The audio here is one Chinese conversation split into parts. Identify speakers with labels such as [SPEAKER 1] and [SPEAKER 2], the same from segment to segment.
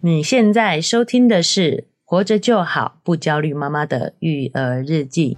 [SPEAKER 1] 你现在收听的是《活着就好，不焦虑妈妈的育儿日记》。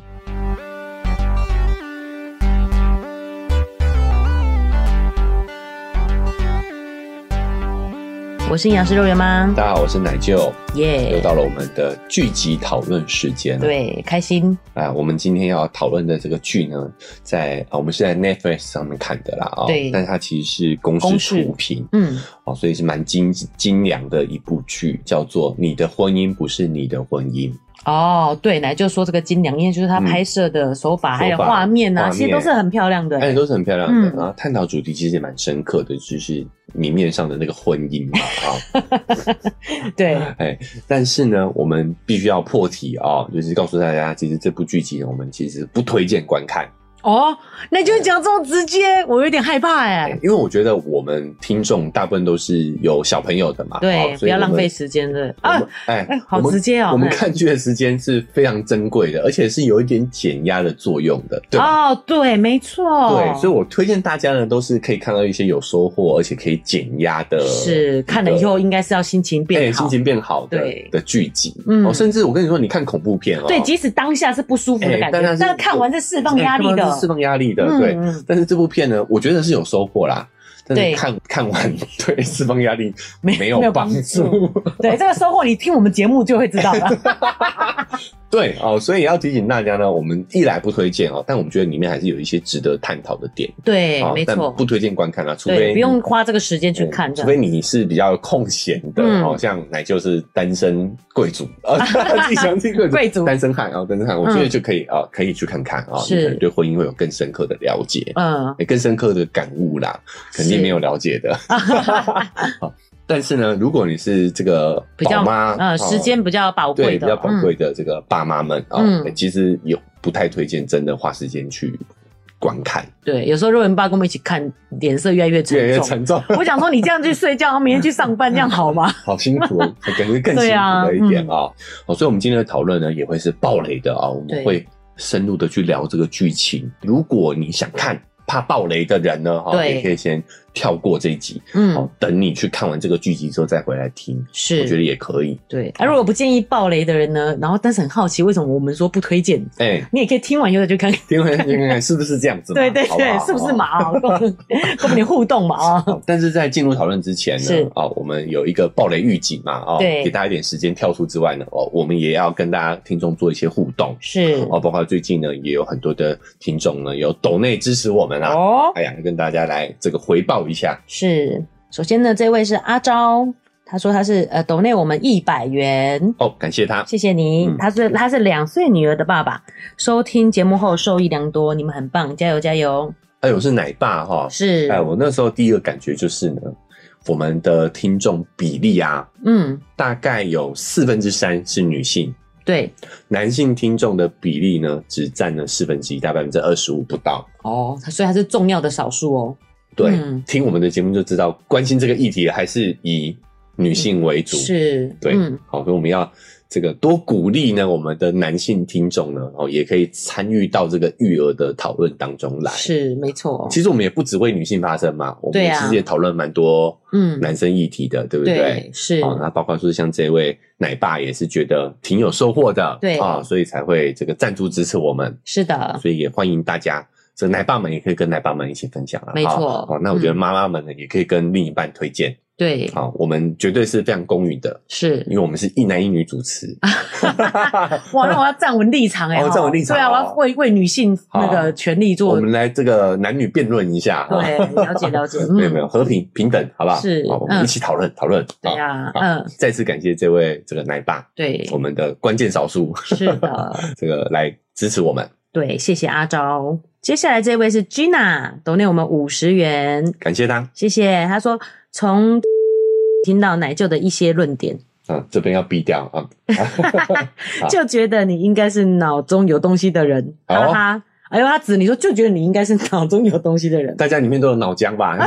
[SPEAKER 1] 我是营养师肉圆妈，
[SPEAKER 2] 大家好，我是奶舅，又
[SPEAKER 1] 耶、
[SPEAKER 2] 到了我们的剧集讨论时间。，
[SPEAKER 1] 哎对，开心，
[SPEAKER 2] 啊，我们今天要讨论的这个剧呢，在啊，我们是在 Netflix 上面看的啦啊、
[SPEAKER 1] 对
[SPEAKER 2] 但它其实是公
[SPEAKER 1] 公
[SPEAKER 2] 视
[SPEAKER 1] 视
[SPEAKER 2] 出品
[SPEAKER 1] 嗯，
[SPEAKER 2] 哦，所以是蛮精精良的一部剧，叫做《你的婚姻不是你的婚姻》。
[SPEAKER 1] 哦，对，来就说这个金良因为就是他
[SPEAKER 2] 嗯
[SPEAKER 1] 拍摄的手法、还有
[SPEAKER 2] 手法
[SPEAKER 1] 画面啊，
[SPEAKER 2] 画面
[SPEAKER 1] 其实都是很漂亮的、
[SPEAKER 2] 哎，都是很漂亮的，
[SPEAKER 1] 嗯
[SPEAKER 2] 然后探讨主题其实也蛮深刻的，就是明面上的那个婚 姻嘛啊、
[SPEAKER 1] 对，
[SPEAKER 2] 哎，但是呢，我们必须要破题啊、就是告诉大家，其实这部剧集呢，我们其实不推荐观看。
[SPEAKER 1] 哦，那就讲这么直接，我有点害怕哎、
[SPEAKER 2] 因为我觉得我们听众大部分都是有小朋友的嘛，
[SPEAKER 1] 对，
[SPEAKER 2] 哦
[SPEAKER 1] 不要浪费。时间的啊
[SPEAKER 2] 所以我们我！们哎
[SPEAKER 1] 哎，好
[SPEAKER 2] 我们
[SPEAKER 1] 直接哦
[SPEAKER 2] 我们
[SPEAKER 1] 哎
[SPEAKER 2] 看剧的时间是非常珍贵的，而且是有一点减压的作用的，对吧？
[SPEAKER 1] 哦，对，没错，
[SPEAKER 2] 对，所以我推荐大家呢，都是可以看到一些有收获，而且可以减压的，
[SPEAKER 1] 是看了以后应该是要心情
[SPEAKER 2] 呃哎
[SPEAKER 1] 变好，
[SPEAKER 2] 心情变好的
[SPEAKER 1] 对
[SPEAKER 2] 的剧集。
[SPEAKER 1] 嗯
[SPEAKER 2] 哦，甚至我跟你说，你看恐怖片哦，
[SPEAKER 1] 对，即使当下是不舒服的
[SPEAKER 2] 哎
[SPEAKER 1] 感觉，
[SPEAKER 2] 当然是
[SPEAKER 1] 但看完是释放压力
[SPEAKER 2] 哎
[SPEAKER 1] 的，
[SPEAKER 2] 看完是释放压力的，
[SPEAKER 1] 嗯
[SPEAKER 2] 对。
[SPEAKER 1] 嗯
[SPEAKER 2] 但是这部片呢，我觉得是有收获啦。但
[SPEAKER 1] 对
[SPEAKER 2] 是看 看完对释放压力
[SPEAKER 1] 没
[SPEAKER 2] 没
[SPEAKER 1] 没有
[SPEAKER 2] 有
[SPEAKER 1] 帮助
[SPEAKER 2] 帮助，
[SPEAKER 1] 对，这个收获你听我们节目就会知道了。
[SPEAKER 2] 对哦，所以要提醒大家呢，我们一来不推荐哦，但我们觉得里面还是有一些值得探讨的点，
[SPEAKER 1] 对
[SPEAKER 2] 哦，
[SPEAKER 1] 没
[SPEAKER 2] 但
[SPEAKER 1] 错
[SPEAKER 2] 不，推荐观看啦，除非
[SPEAKER 1] 对，不用
[SPEAKER 2] 你
[SPEAKER 1] 花这个时间去
[SPEAKER 2] 嗯
[SPEAKER 1] 看的
[SPEAKER 2] 除。非你是比较空闲的，
[SPEAKER 1] 嗯
[SPEAKER 2] 哦，像奶就是单身贵族， 呃，自己想自己贵族，
[SPEAKER 1] 贵族
[SPEAKER 2] 单身汉啊，哦单身汉，我觉得
[SPEAKER 1] 嗯
[SPEAKER 2] 就可以啊，哦可以去看看啊，哦
[SPEAKER 1] 是
[SPEAKER 2] 你可能对婚姻会有更深刻的了解，
[SPEAKER 1] 嗯，
[SPEAKER 2] 欸更深刻的感悟啦，肯定没有了解 的。好但是呢，如果你是这个
[SPEAKER 1] 比较
[SPEAKER 2] 宝妈，
[SPEAKER 1] 呃，
[SPEAKER 2] 哦
[SPEAKER 1] 时间比较宝
[SPEAKER 2] 对
[SPEAKER 1] 贵
[SPEAKER 2] 比
[SPEAKER 1] 的，
[SPEAKER 2] 较宝贵的这个爸妈们啊、
[SPEAKER 1] 嗯
[SPEAKER 2] 欸其实有不太推荐真的花时间去观看，
[SPEAKER 1] 嗯对，有时候肉圆爸跟我们一起看，脸色越来越
[SPEAKER 2] 越来
[SPEAKER 1] 沉
[SPEAKER 2] 越
[SPEAKER 1] 重。
[SPEAKER 2] 沉重，
[SPEAKER 1] 我想说，你这样去睡觉，然后明天去上班，这样好吗？
[SPEAKER 2] 好辛苦，感觉更辛
[SPEAKER 1] 对
[SPEAKER 2] 苦
[SPEAKER 1] 啊
[SPEAKER 2] 了一点啊、哦，所以我们今天的讨论呢，也会是暴雷的啊、我
[SPEAKER 1] 对
[SPEAKER 2] 们会深入的去聊这个剧情。如果你想看怕暴雷的人呢，哈、哦
[SPEAKER 1] 对
[SPEAKER 2] 也可以先跳过这一集。
[SPEAKER 1] 嗯
[SPEAKER 2] 哦，，等你去看完这个剧集之后再回来听，
[SPEAKER 1] 是，
[SPEAKER 2] 我觉得也可以。
[SPEAKER 1] 对，啊，如果不建议暴雷的人呢，然后但是很好奇为什么我们说不推荐，
[SPEAKER 2] 哎、
[SPEAKER 1] 你也可以听完以后再去看看，
[SPEAKER 2] 听完听看看是不是这样子嘛？
[SPEAKER 1] 嗯 对对
[SPEAKER 2] 好不
[SPEAKER 1] 对，
[SPEAKER 2] 好
[SPEAKER 1] 是不是？
[SPEAKER 2] 好
[SPEAKER 1] 嘛啊， 跟我们跟我们点互动嘛 啊，
[SPEAKER 2] 好但是在进入讨论之前呢
[SPEAKER 1] 是，
[SPEAKER 2] 啊、我们有一个暴雷预警嘛，哦，
[SPEAKER 1] 对
[SPEAKER 2] 给大家一点时间跳出之外呢，哦，我们也要跟大家听众做一些互动，
[SPEAKER 1] 是
[SPEAKER 2] 哦，包括最近呢，也有很多的听众呢有抖内支持我们啊，
[SPEAKER 1] 哦，
[SPEAKER 2] 哎呀，跟大家来这个回报一下，
[SPEAKER 1] 是，首先呢，这位是阿昭，他说他是呃抖内我们一百元。
[SPEAKER 2] 哦，感谢他，
[SPEAKER 1] 谢谢你，
[SPEAKER 2] 嗯
[SPEAKER 1] 他是他是两岁女儿的爸爸，收听节目后受益良多，你们很棒，加油加油！
[SPEAKER 2] 哎呦，是奶爸哈、
[SPEAKER 1] 是，
[SPEAKER 2] 哎，我那时候第一个感觉就是呢，我们的听众比例啊，
[SPEAKER 1] 嗯，
[SPEAKER 2] 大概有四分之三是女性，
[SPEAKER 1] 对，
[SPEAKER 2] 男性听众的比例呢，只占了四分之一，大概百分之二十五不到。
[SPEAKER 1] 哦，所以他是重要的少数哦，
[SPEAKER 2] 对，
[SPEAKER 1] 嗯
[SPEAKER 2] 听我们的节目就知道，关心这个议题还是以女性为主。，
[SPEAKER 1] 是，
[SPEAKER 2] 对，
[SPEAKER 1] 嗯，
[SPEAKER 2] 好，所以我们要这个多鼓励呢，我们的男性听众呢，哦，也可以参与到这个育儿的讨论当中来。。
[SPEAKER 1] 是没错，
[SPEAKER 2] 其实我们也不只为女性发声嘛，我们
[SPEAKER 1] 对啊
[SPEAKER 2] 其实也讨论蛮多
[SPEAKER 1] 嗯，
[SPEAKER 2] 男生议题的，对不
[SPEAKER 1] 对，是，
[SPEAKER 2] 哦，那包括说像这位奶爸也是觉得挺有收获的，
[SPEAKER 1] 对
[SPEAKER 2] 啊、所以才会这个赞助支持我们，
[SPEAKER 1] 是的，
[SPEAKER 2] 所以也欢迎大家，这奶爸们也可以跟奶爸们一起分享啊，
[SPEAKER 1] 没错
[SPEAKER 2] 哦哦那我觉得
[SPEAKER 1] 嗯
[SPEAKER 2] 妈妈们呢、也可以跟另一半推荐，
[SPEAKER 1] 对，
[SPEAKER 2] 啊、我们绝对是非常公允的，
[SPEAKER 1] 是。
[SPEAKER 2] 因为我们是一男一女主 持，
[SPEAKER 1] 哇，那我要站稳立场哎、
[SPEAKER 2] 嗯哦
[SPEAKER 1] 哈
[SPEAKER 2] 站稳立场
[SPEAKER 1] 对啊，
[SPEAKER 2] 哦
[SPEAKER 1] 我要为为女性那个权利
[SPEAKER 2] 我
[SPEAKER 1] 做，
[SPEAKER 2] 们来这个男女辩论一下，啊
[SPEAKER 1] 对，了解了 解，嗯
[SPEAKER 2] 没有没有和平平等，好不好？
[SPEAKER 1] 是
[SPEAKER 2] 好我们
[SPEAKER 1] 嗯
[SPEAKER 2] 一起讨论讨论，
[SPEAKER 1] 对
[SPEAKER 2] 啊
[SPEAKER 1] 啊，
[SPEAKER 2] 好
[SPEAKER 1] 嗯，
[SPEAKER 2] 再次感谢这位这个奶爸，
[SPEAKER 1] 对
[SPEAKER 2] 我，们的关键少数，
[SPEAKER 1] 是 的，
[SPEAKER 2] 这个来支持我们。
[SPEAKER 1] 对，谢谢阿昭。接下来这位是 Gina，抖内我们五十元，
[SPEAKER 2] 感谢他。
[SPEAKER 1] 谢谢。他说从 听到奶舅的一些论点，
[SPEAKER 2] 啊，这边要逼掉啊！好
[SPEAKER 1] 就觉得你应该是脑中有东西的人，
[SPEAKER 2] 哦
[SPEAKER 1] 哈哈。哎呦，他指你说就觉得你应该是脑中有东西的人，
[SPEAKER 2] 大家里面都有脑 浆吧？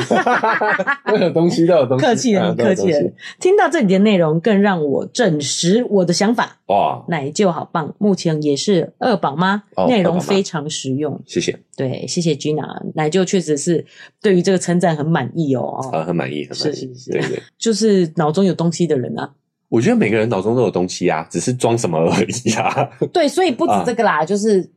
[SPEAKER 2] 都有东西，都有东西，
[SPEAKER 1] 客气了，
[SPEAKER 2] 啊
[SPEAKER 1] 很客气了。。听到这里的内容，更让我证实我的想法。
[SPEAKER 2] 都有东西哇，
[SPEAKER 1] 奶舅好棒，目前也是二宝妈，
[SPEAKER 2] 哦
[SPEAKER 1] 内
[SPEAKER 2] 二宝
[SPEAKER 1] 容
[SPEAKER 2] 妈
[SPEAKER 1] 非常实用。
[SPEAKER 2] 谢谢，
[SPEAKER 1] 对，谢谢 Gina，奶舅确实是对于这个称赞很满意哦。哦
[SPEAKER 2] 啊，很满意，很满
[SPEAKER 1] 是
[SPEAKER 2] 意
[SPEAKER 1] 是是，
[SPEAKER 2] 对对，
[SPEAKER 1] 就是脑中有东西的人啊，
[SPEAKER 2] 我觉得每个人脑中都有东西啊，只是装什么而已啊。
[SPEAKER 1] 对，所以不止这个啦，就是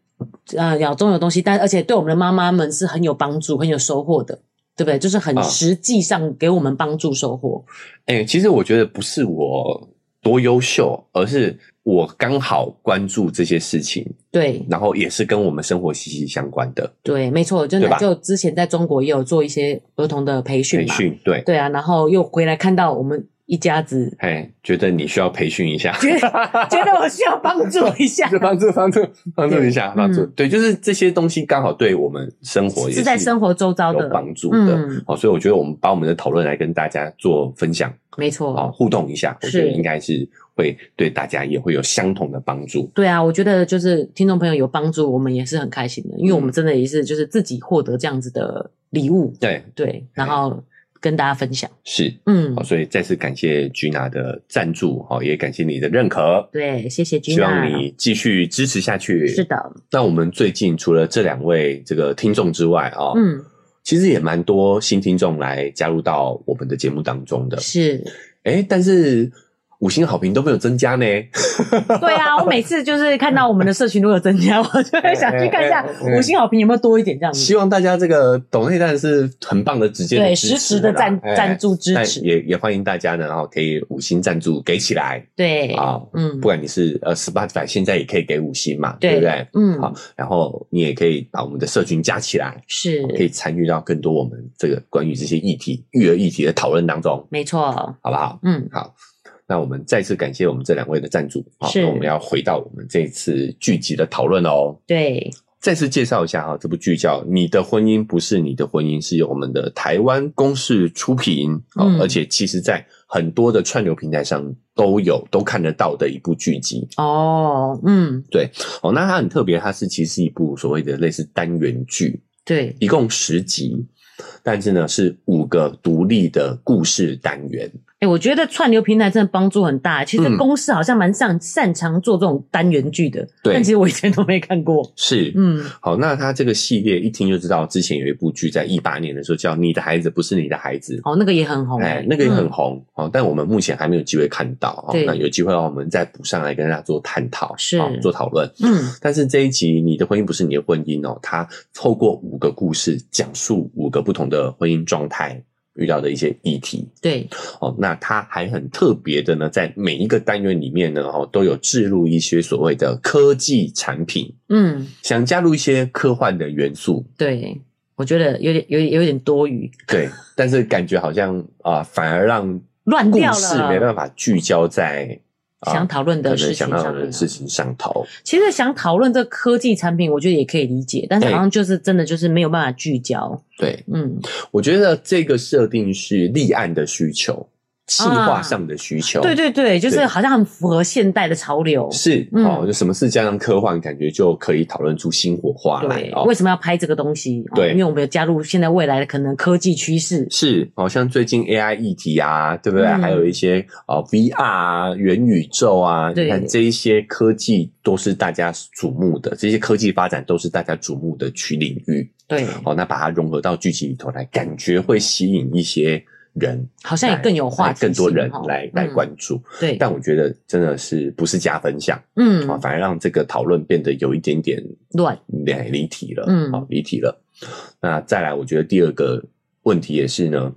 [SPEAKER 1] 呃，脑中有东西，但而且对我们的妈妈们是很有帮助、很有收获的，对不对？就是很
[SPEAKER 2] 啊
[SPEAKER 1] 实际上给我们帮助收获。
[SPEAKER 2] 哎、其实我觉得不是我多优秀，而是我刚好关注这些事情，
[SPEAKER 1] 对
[SPEAKER 2] 然后也是跟我们生活息息相关的
[SPEAKER 1] 对，没错，就
[SPEAKER 2] 对吧
[SPEAKER 1] 奶就之前在中国也有做一些儿童的培训
[SPEAKER 2] 培
[SPEAKER 1] 嘛，
[SPEAKER 2] 训。对，，
[SPEAKER 1] 对啊，然后又回来看到我们一家子
[SPEAKER 2] 哎，觉得你需要培训 一下，，
[SPEAKER 1] 觉得觉得我需要帮助一下
[SPEAKER 2] 帮助帮助帮助一下，
[SPEAKER 1] 对
[SPEAKER 2] 帮助
[SPEAKER 1] 嗯
[SPEAKER 2] 对，就是这些东西刚好对我们生活也
[SPEAKER 1] 是在生活周遭
[SPEAKER 2] 有
[SPEAKER 1] 的，
[SPEAKER 2] 帮助的。哦
[SPEAKER 1] 嗯，
[SPEAKER 2] 好，所以我觉得我们把我们的讨论来跟大家做分享，
[SPEAKER 1] 没
[SPEAKER 2] 好
[SPEAKER 1] 错，
[SPEAKER 2] 互动一下，我觉得
[SPEAKER 1] 是
[SPEAKER 2] 应该是会对大家也会有相同的帮助。
[SPEAKER 1] 对啊，我觉得就是听众朋友有帮助，我们也是很开心的，因
[SPEAKER 2] 嗯
[SPEAKER 1] 为我们真的也是就是自己获得这样子的礼物，
[SPEAKER 2] 对，
[SPEAKER 1] 对，然后跟大家分享，
[SPEAKER 2] 是哦
[SPEAKER 1] 嗯
[SPEAKER 2] 好，，所以再次感谢 Gina 的赞助，好，也感谢你的认可，
[SPEAKER 1] 对，谢谢
[SPEAKER 2] 希望
[SPEAKER 1] Gina，
[SPEAKER 2] 你继续支持下去。
[SPEAKER 1] 是，的，
[SPEAKER 2] 那我们最近除了这两位这个听众之外啊，
[SPEAKER 1] 嗯，
[SPEAKER 2] 其实也蛮多新听众来加入到我们的节目当中的，
[SPEAKER 1] 是，
[SPEAKER 2] 哎，但是五星好评都没有增加呢，
[SPEAKER 1] 对啊，我每次就是看到我们的社群如果有增 加，我就会想去看一
[SPEAKER 2] 哎
[SPEAKER 1] 下五星好评有没有多一点这样子，
[SPEAKER 2] 希望大家这个抖内蛋是很棒的直接
[SPEAKER 1] 对，实时的赞
[SPEAKER 2] 哎
[SPEAKER 1] 赞助支
[SPEAKER 2] 但
[SPEAKER 1] 持，
[SPEAKER 2] 也也欢迎大家呢，哈，可以五星赞助给起来
[SPEAKER 1] 对，
[SPEAKER 2] 啊，
[SPEAKER 1] 嗯
[SPEAKER 2] 不，管你是呃 Spotify 现在也可以给五星嘛，对不对？
[SPEAKER 1] 嗯，
[SPEAKER 2] 好然后你也可以把我们的社群加起来，可
[SPEAKER 1] 是，
[SPEAKER 2] 以参与到更多我们这个关于这些议题、育儿议题的讨论当中，
[SPEAKER 1] 没错，
[SPEAKER 2] 好不好？
[SPEAKER 1] 嗯，
[SPEAKER 2] 好，那我们再次感谢我们这两位的赞助。好，
[SPEAKER 1] 是
[SPEAKER 2] 那我们要回到我们这次剧集的讨论哦。
[SPEAKER 1] 对，
[SPEAKER 2] 再次介绍一下哈，这部剧叫《你的婚姻不是你的婚姻》，是由我们的台湾公视出品，哦
[SPEAKER 1] 嗯
[SPEAKER 2] 而且其实在很多的串流平台上都有都看得到的一部剧集
[SPEAKER 1] 哦，嗯，
[SPEAKER 2] 哦。那它很特别，它是其实是一部所谓的类似单元剧，
[SPEAKER 1] 对，
[SPEAKER 2] 一共十集，但是呢是五个独立的故事单元。
[SPEAKER 1] 哎，我觉得串流平台真的帮助很大。其实
[SPEAKER 2] 嗯
[SPEAKER 1] 公司好像蛮擅擅长做这种单元剧的，
[SPEAKER 2] 对
[SPEAKER 1] 但其实我以前都没看过。
[SPEAKER 2] 是，
[SPEAKER 1] 嗯，
[SPEAKER 2] 好，那它这个系列一听就知道，之前有一部剧在一八年的时候叫《你的孩子不是你的孩子》，
[SPEAKER 1] 哦，那个也很红，
[SPEAKER 2] 哎，那个也很
[SPEAKER 1] 嗯
[SPEAKER 2] 红、哦，但我们目前还没有机会看到哦。
[SPEAKER 1] 对
[SPEAKER 2] 那有机会我们再补上来跟大家做探讨，
[SPEAKER 1] 是
[SPEAKER 2] 哦、做讨论。
[SPEAKER 1] 嗯，
[SPEAKER 2] 但是这一集《你的婚姻不是你的婚姻》哦，它透过五个故事讲述五个不同的婚姻状态遇到的一些议题
[SPEAKER 1] 对，
[SPEAKER 2] 哦。那它还很特别的呢，在每一个单元里面呢，哦，都有置入一些所谓的科技产品，
[SPEAKER 1] 嗯，
[SPEAKER 2] 想加入一些科幻的元素，
[SPEAKER 1] 对，我觉得有点有点有点多余，
[SPEAKER 2] 对， 但是感觉好像啊、反而让
[SPEAKER 1] 乱
[SPEAKER 2] 故
[SPEAKER 1] 掉
[SPEAKER 2] 事
[SPEAKER 1] 了
[SPEAKER 2] 没办法聚焦在、啊
[SPEAKER 1] 想讨论的
[SPEAKER 2] 可能
[SPEAKER 1] 事
[SPEAKER 2] 想
[SPEAKER 1] 情
[SPEAKER 2] 到
[SPEAKER 1] 上面
[SPEAKER 2] 的
[SPEAKER 1] 啊
[SPEAKER 2] 事情上头。
[SPEAKER 1] 其实想讨论这科技产品，我觉得也可以理解，但是
[SPEAKER 2] 对
[SPEAKER 1] 好像就是真的就是没有办法聚焦。
[SPEAKER 2] 对，
[SPEAKER 1] 嗯，
[SPEAKER 2] 我觉得这个设定是立案的需求，计划上的需求。
[SPEAKER 1] 啊对对对，就是
[SPEAKER 2] 对
[SPEAKER 1] 好像很符合现代的潮流。
[SPEAKER 2] 是、
[SPEAKER 1] 嗯
[SPEAKER 2] 哦，就什么事加上科幻，感觉就可以讨论出新火花来
[SPEAKER 1] 对，
[SPEAKER 2] 哦
[SPEAKER 1] 为。什么要拍这个东西？哦
[SPEAKER 2] 对
[SPEAKER 1] 因为我们有加入现在未来的可能科技趋势。
[SPEAKER 2] 是，好、像最近 AI 议题啊，对不对？
[SPEAKER 1] 嗯
[SPEAKER 2] 还有一些哦 VR 啊、元宇宙啊，
[SPEAKER 1] 对
[SPEAKER 2] 你看这一些科技都是大家瞩目的，这些科技发展都是大家瞩目的区领域。
[SPEAKER 1] 对，
[SPEAKER 2] 哦，那把它融合到剧集里头来，感觉会吸引一些人，
[SPEAKER 1] 好像也
[SPEAKER 2] 来
[SPEAKER 1] 更有话
[SPEAKER 2] 来
[SPEAKER 1] 题
[SPEAKER 2] 更多
[SPEAKER 1] 性
[SPEAKER 2] 人
[SPEAKER 1] 哦
[SPEAKER 2] 来来
[SPEAKER 1] 嗯
[SPEAKER 2] 关注。
[SPEAKER 1] 对，
[SPEAKER 2] 但我觉得真的是不是加分项啊、哦
[SPEAKER 1] 嗯，
[SPEAKER 2] 反而让这个讨论变得有一点点
[SPEAKER 1] 乱，
[SPEAKER 2] 离离题了，
[SPEAKER 1] 嗯
[SPEAKER 2] 哦，离题了。那再来，我觉得第二个问题也是呢，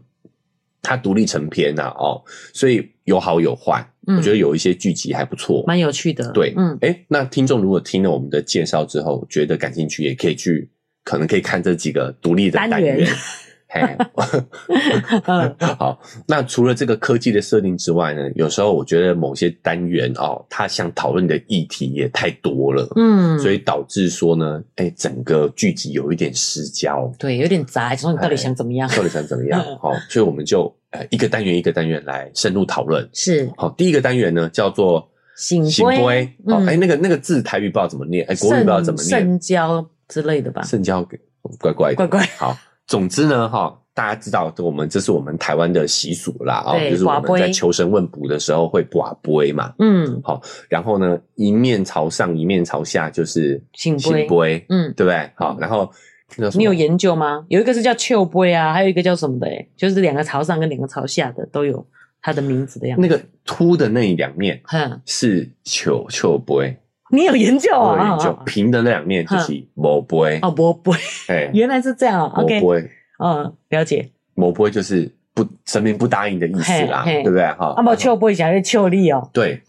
[SPEAKER 2] 它独立成篇呐、哦，所以有好有坏。
[SPEAKER 1] 嗯
[SPEAKER 2] 我觉得有一些剧集还不错，
[SPEAKER 1] 蛮有趣的。
[SPEAKER 2] 对，
[SPEAKER 1] 嗯，
[SPEAKER 2] 哎，那听众如果听了我们的介绍之后，觉得感兴趣，也可以去，可能可以看这几个独立的单
[SPEAKER 1] 单元
[SPEAKER 2] 元。 嘿，
[SPEAKER 1] 嗯
[SPEAKER 2] 好，那除了这个科技的设定之外呢，有时候我觉得某些单元哦，它想讨论的议题也太多了，
[SPEAKER 1] 嗯，
[SPEAKER 2] 所以导致说呢，哎，整个剧集有一点失 焦，
[SPEAKER 1] 对，有点杂，想说你到底想怎么样？
[SPEAKER 2] 到底想怎么样？好、所以我们就呃一个单元一个单元来深入讨论。
[SPEAKER 1] 是
[SPEAKER 2] 好，第一个单元呢叫做
[SPEAKER 1] 醒
[SPEAKER 2] 醒
[SPEAKER 1] 杯
[SPEAKER 2] 杯，好，
[SPEAKER 1] 嗯
[SPEAKER 2] 哎，那个那个字台语不知道怎么念，哎，国语不知道怎
[SPEAKER 1] 圣
[SPEAKER 2] 么念，
[SPEAKER 1] 圣交之类的吧？
[SPEAKER 2] 圣教给乖乖的
[SPEAKER 1] 乖乖，
[SPEAKER 2] 好，总之呢，哈，大家知道，我们这是我们台湾的习俗啦，啊，
[SPEAKER 1] 对
[SPEAKER 2] 就是我们
[SPEAKER 1] 跋
[SPEAKER 2] 在
[SPEAKER 1] 杯
[SPEAKER 2] 求神问卜的时候会卜杯嘛，
[SPEAKER 1] 嗯，
[SPEAKER 2] 然后呢，一面朝上，一面朝下，就是
[SPEAKER 1] 醒杯
[SPEAKER 2] 杯，
[SPEAKER 1] 嗯，
[SPEAKER 2] 对不对？好，然后那叫什么
[SPEAKER 1] 你有研究吗？有一个是叫秋杯啊，还有一个叫什么的、欸？就是两个朝上跟两个朝下的都有，它的名字的样子。
[SPEAKER 2] 那个凸的那两面
[SPEAKER 1] 哼，
[SPEAKER 2] 是球球杯，
[SPEAKER 1] 你有研究
[SPEAKER 2] 我
[SPEAKER 1] 啊？
[SPEAKER 2] 研究平的那两面就是某杯，
[SPEAKER 1] 嗯哦，我不会，
[SPEAKER 2] 哎，
[SPEAKER 1] 原来是这样啊。
[SPEAKER 2] 某
[SPEAKER 1] OK，
[SPEAKER 2] 杯，
[SPEAKER 1] 嗯，了解。
[SPEAKER 2] 某杯就是不神明不答应的意思啦，
[SPEAKER 1] 嘿嘿
[SPEAKER 2] 对不对？哈，
[SPEAKER 1] 啊，不，秋波讲是秋丽哦，
[SPEAKER 2] 对，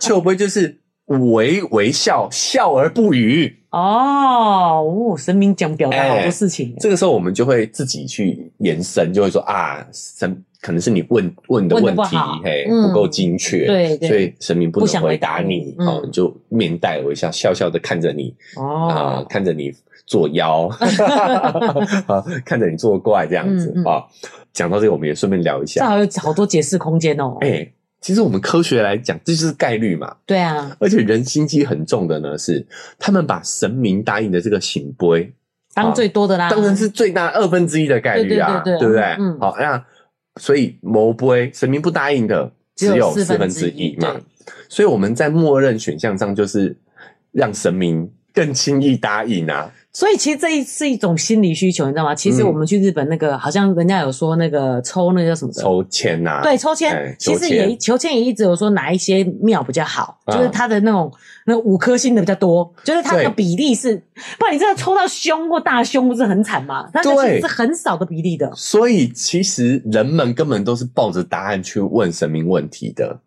[SPEAKER 2] 球杯就是微微笑，笑而不语。
[SPEAKER 1] 哦，哦，神明讲表
[SPEAKER 2] 哎
[SPEAKER 1] 达好多事情，
[SPEAKER 2] 这个时候我们就会自己去延伸，就会说啊，神可能是你问问的
[SPEAKER 1] 问得
[SPEAKER 2] 问
[SPEAKER 1] 不
[SPEAKER 2] 题
[SPEAKER 1] 好
[SPEAKER 2] 嘿
[SPEAKER 1] 嗯
[SPEAKER 2] 不够精确，
[SPEAKER 1] 对对
[SPEAKER 2] 所以神明不
[SPEAKER 1] 不
[SPEAKER 2] 能
[SPEAKER 1] 想
[SPEAKER 2] 回
[SPEAKER 1] 回
[SPEAKER 2] 答
[SPEAKER 1] 答
[SPEAKER 2] 你
[SPEAKER 1] 你，
[SPEAKER 2] 哦，
[SPEAKER 1] 嗯
[SPEAKER 2] 你就面带微笑，笑笑的看着你啊、
[SPEAKER 1] 哦，
[SPEAKER 2] 看着你作 妖，啊，看着你作怪这样子
[SPEAKER 1] 嗯嗯
[SPEAKER 2] 啊。讲到这个，我们也顺便聊一
[SPEAKER 1] 这
[SPEAKER 2] 下，
[SPEAKER 1] 好有好多解释空间哦。
[SPEAKER 2] 哎、其实我们科学来讲，这就是概率嘛。
[SPEAKER 1] 对啊，
[SPEAKER 2] 而且人心机很重的呢，是他们把神明答应的这个醒杯，
[SPEAKER 1] 当最多的啦，
[SPEAKER 2] 啊当然是最大二分之一的概率啊，
[SPEAKER 1] 啊对对对对
[SPEAKER 2] 不对？
[SPEAKER 1] 嗯
[SPEAKER 2] 好，那所以谋不会神明不答应的只有四分之一嘛，
[SPEAKER 1] 对
[SPEAKER 2] 所以我们在默认选项上就是让神明更轻易答应啊，
[SPEAKER 1] 所以其实这一是一种心理需求，你知道吗？其实
[SPEAKER 2] 嗯
[SPEAKER 1] 我们去日本那个，好像人家有说那个抽那个叫什么的。
[SPEAKER 2] 抽签呐、啊，
[SPEAKER 1] 对，抽签、
[SPEAKER 2] 哎
[SPEAKER 1] 其
[SPEAKER 2] 求
[SPEAKER 1] 实
[SPEAKER 2] 签
[SPEAKER 1] 也求签也一直有说哪一些庙比较好，
[SPEAKER 2] 啊
[SPEAKER 1] 就是它的那种那五颗星的比较多，就是它
[SPEAKER 2] 对
[SPEAKER 1] 的比例是，不然你真的抽到凶或大凶不是很惨吗？它那其
[SPEAKER 2] 对
[SPEAKER 1] 实是很少的比例的，
[SPEAKER 2] 所以其实人们根本都是抱着答案去问神明问题的。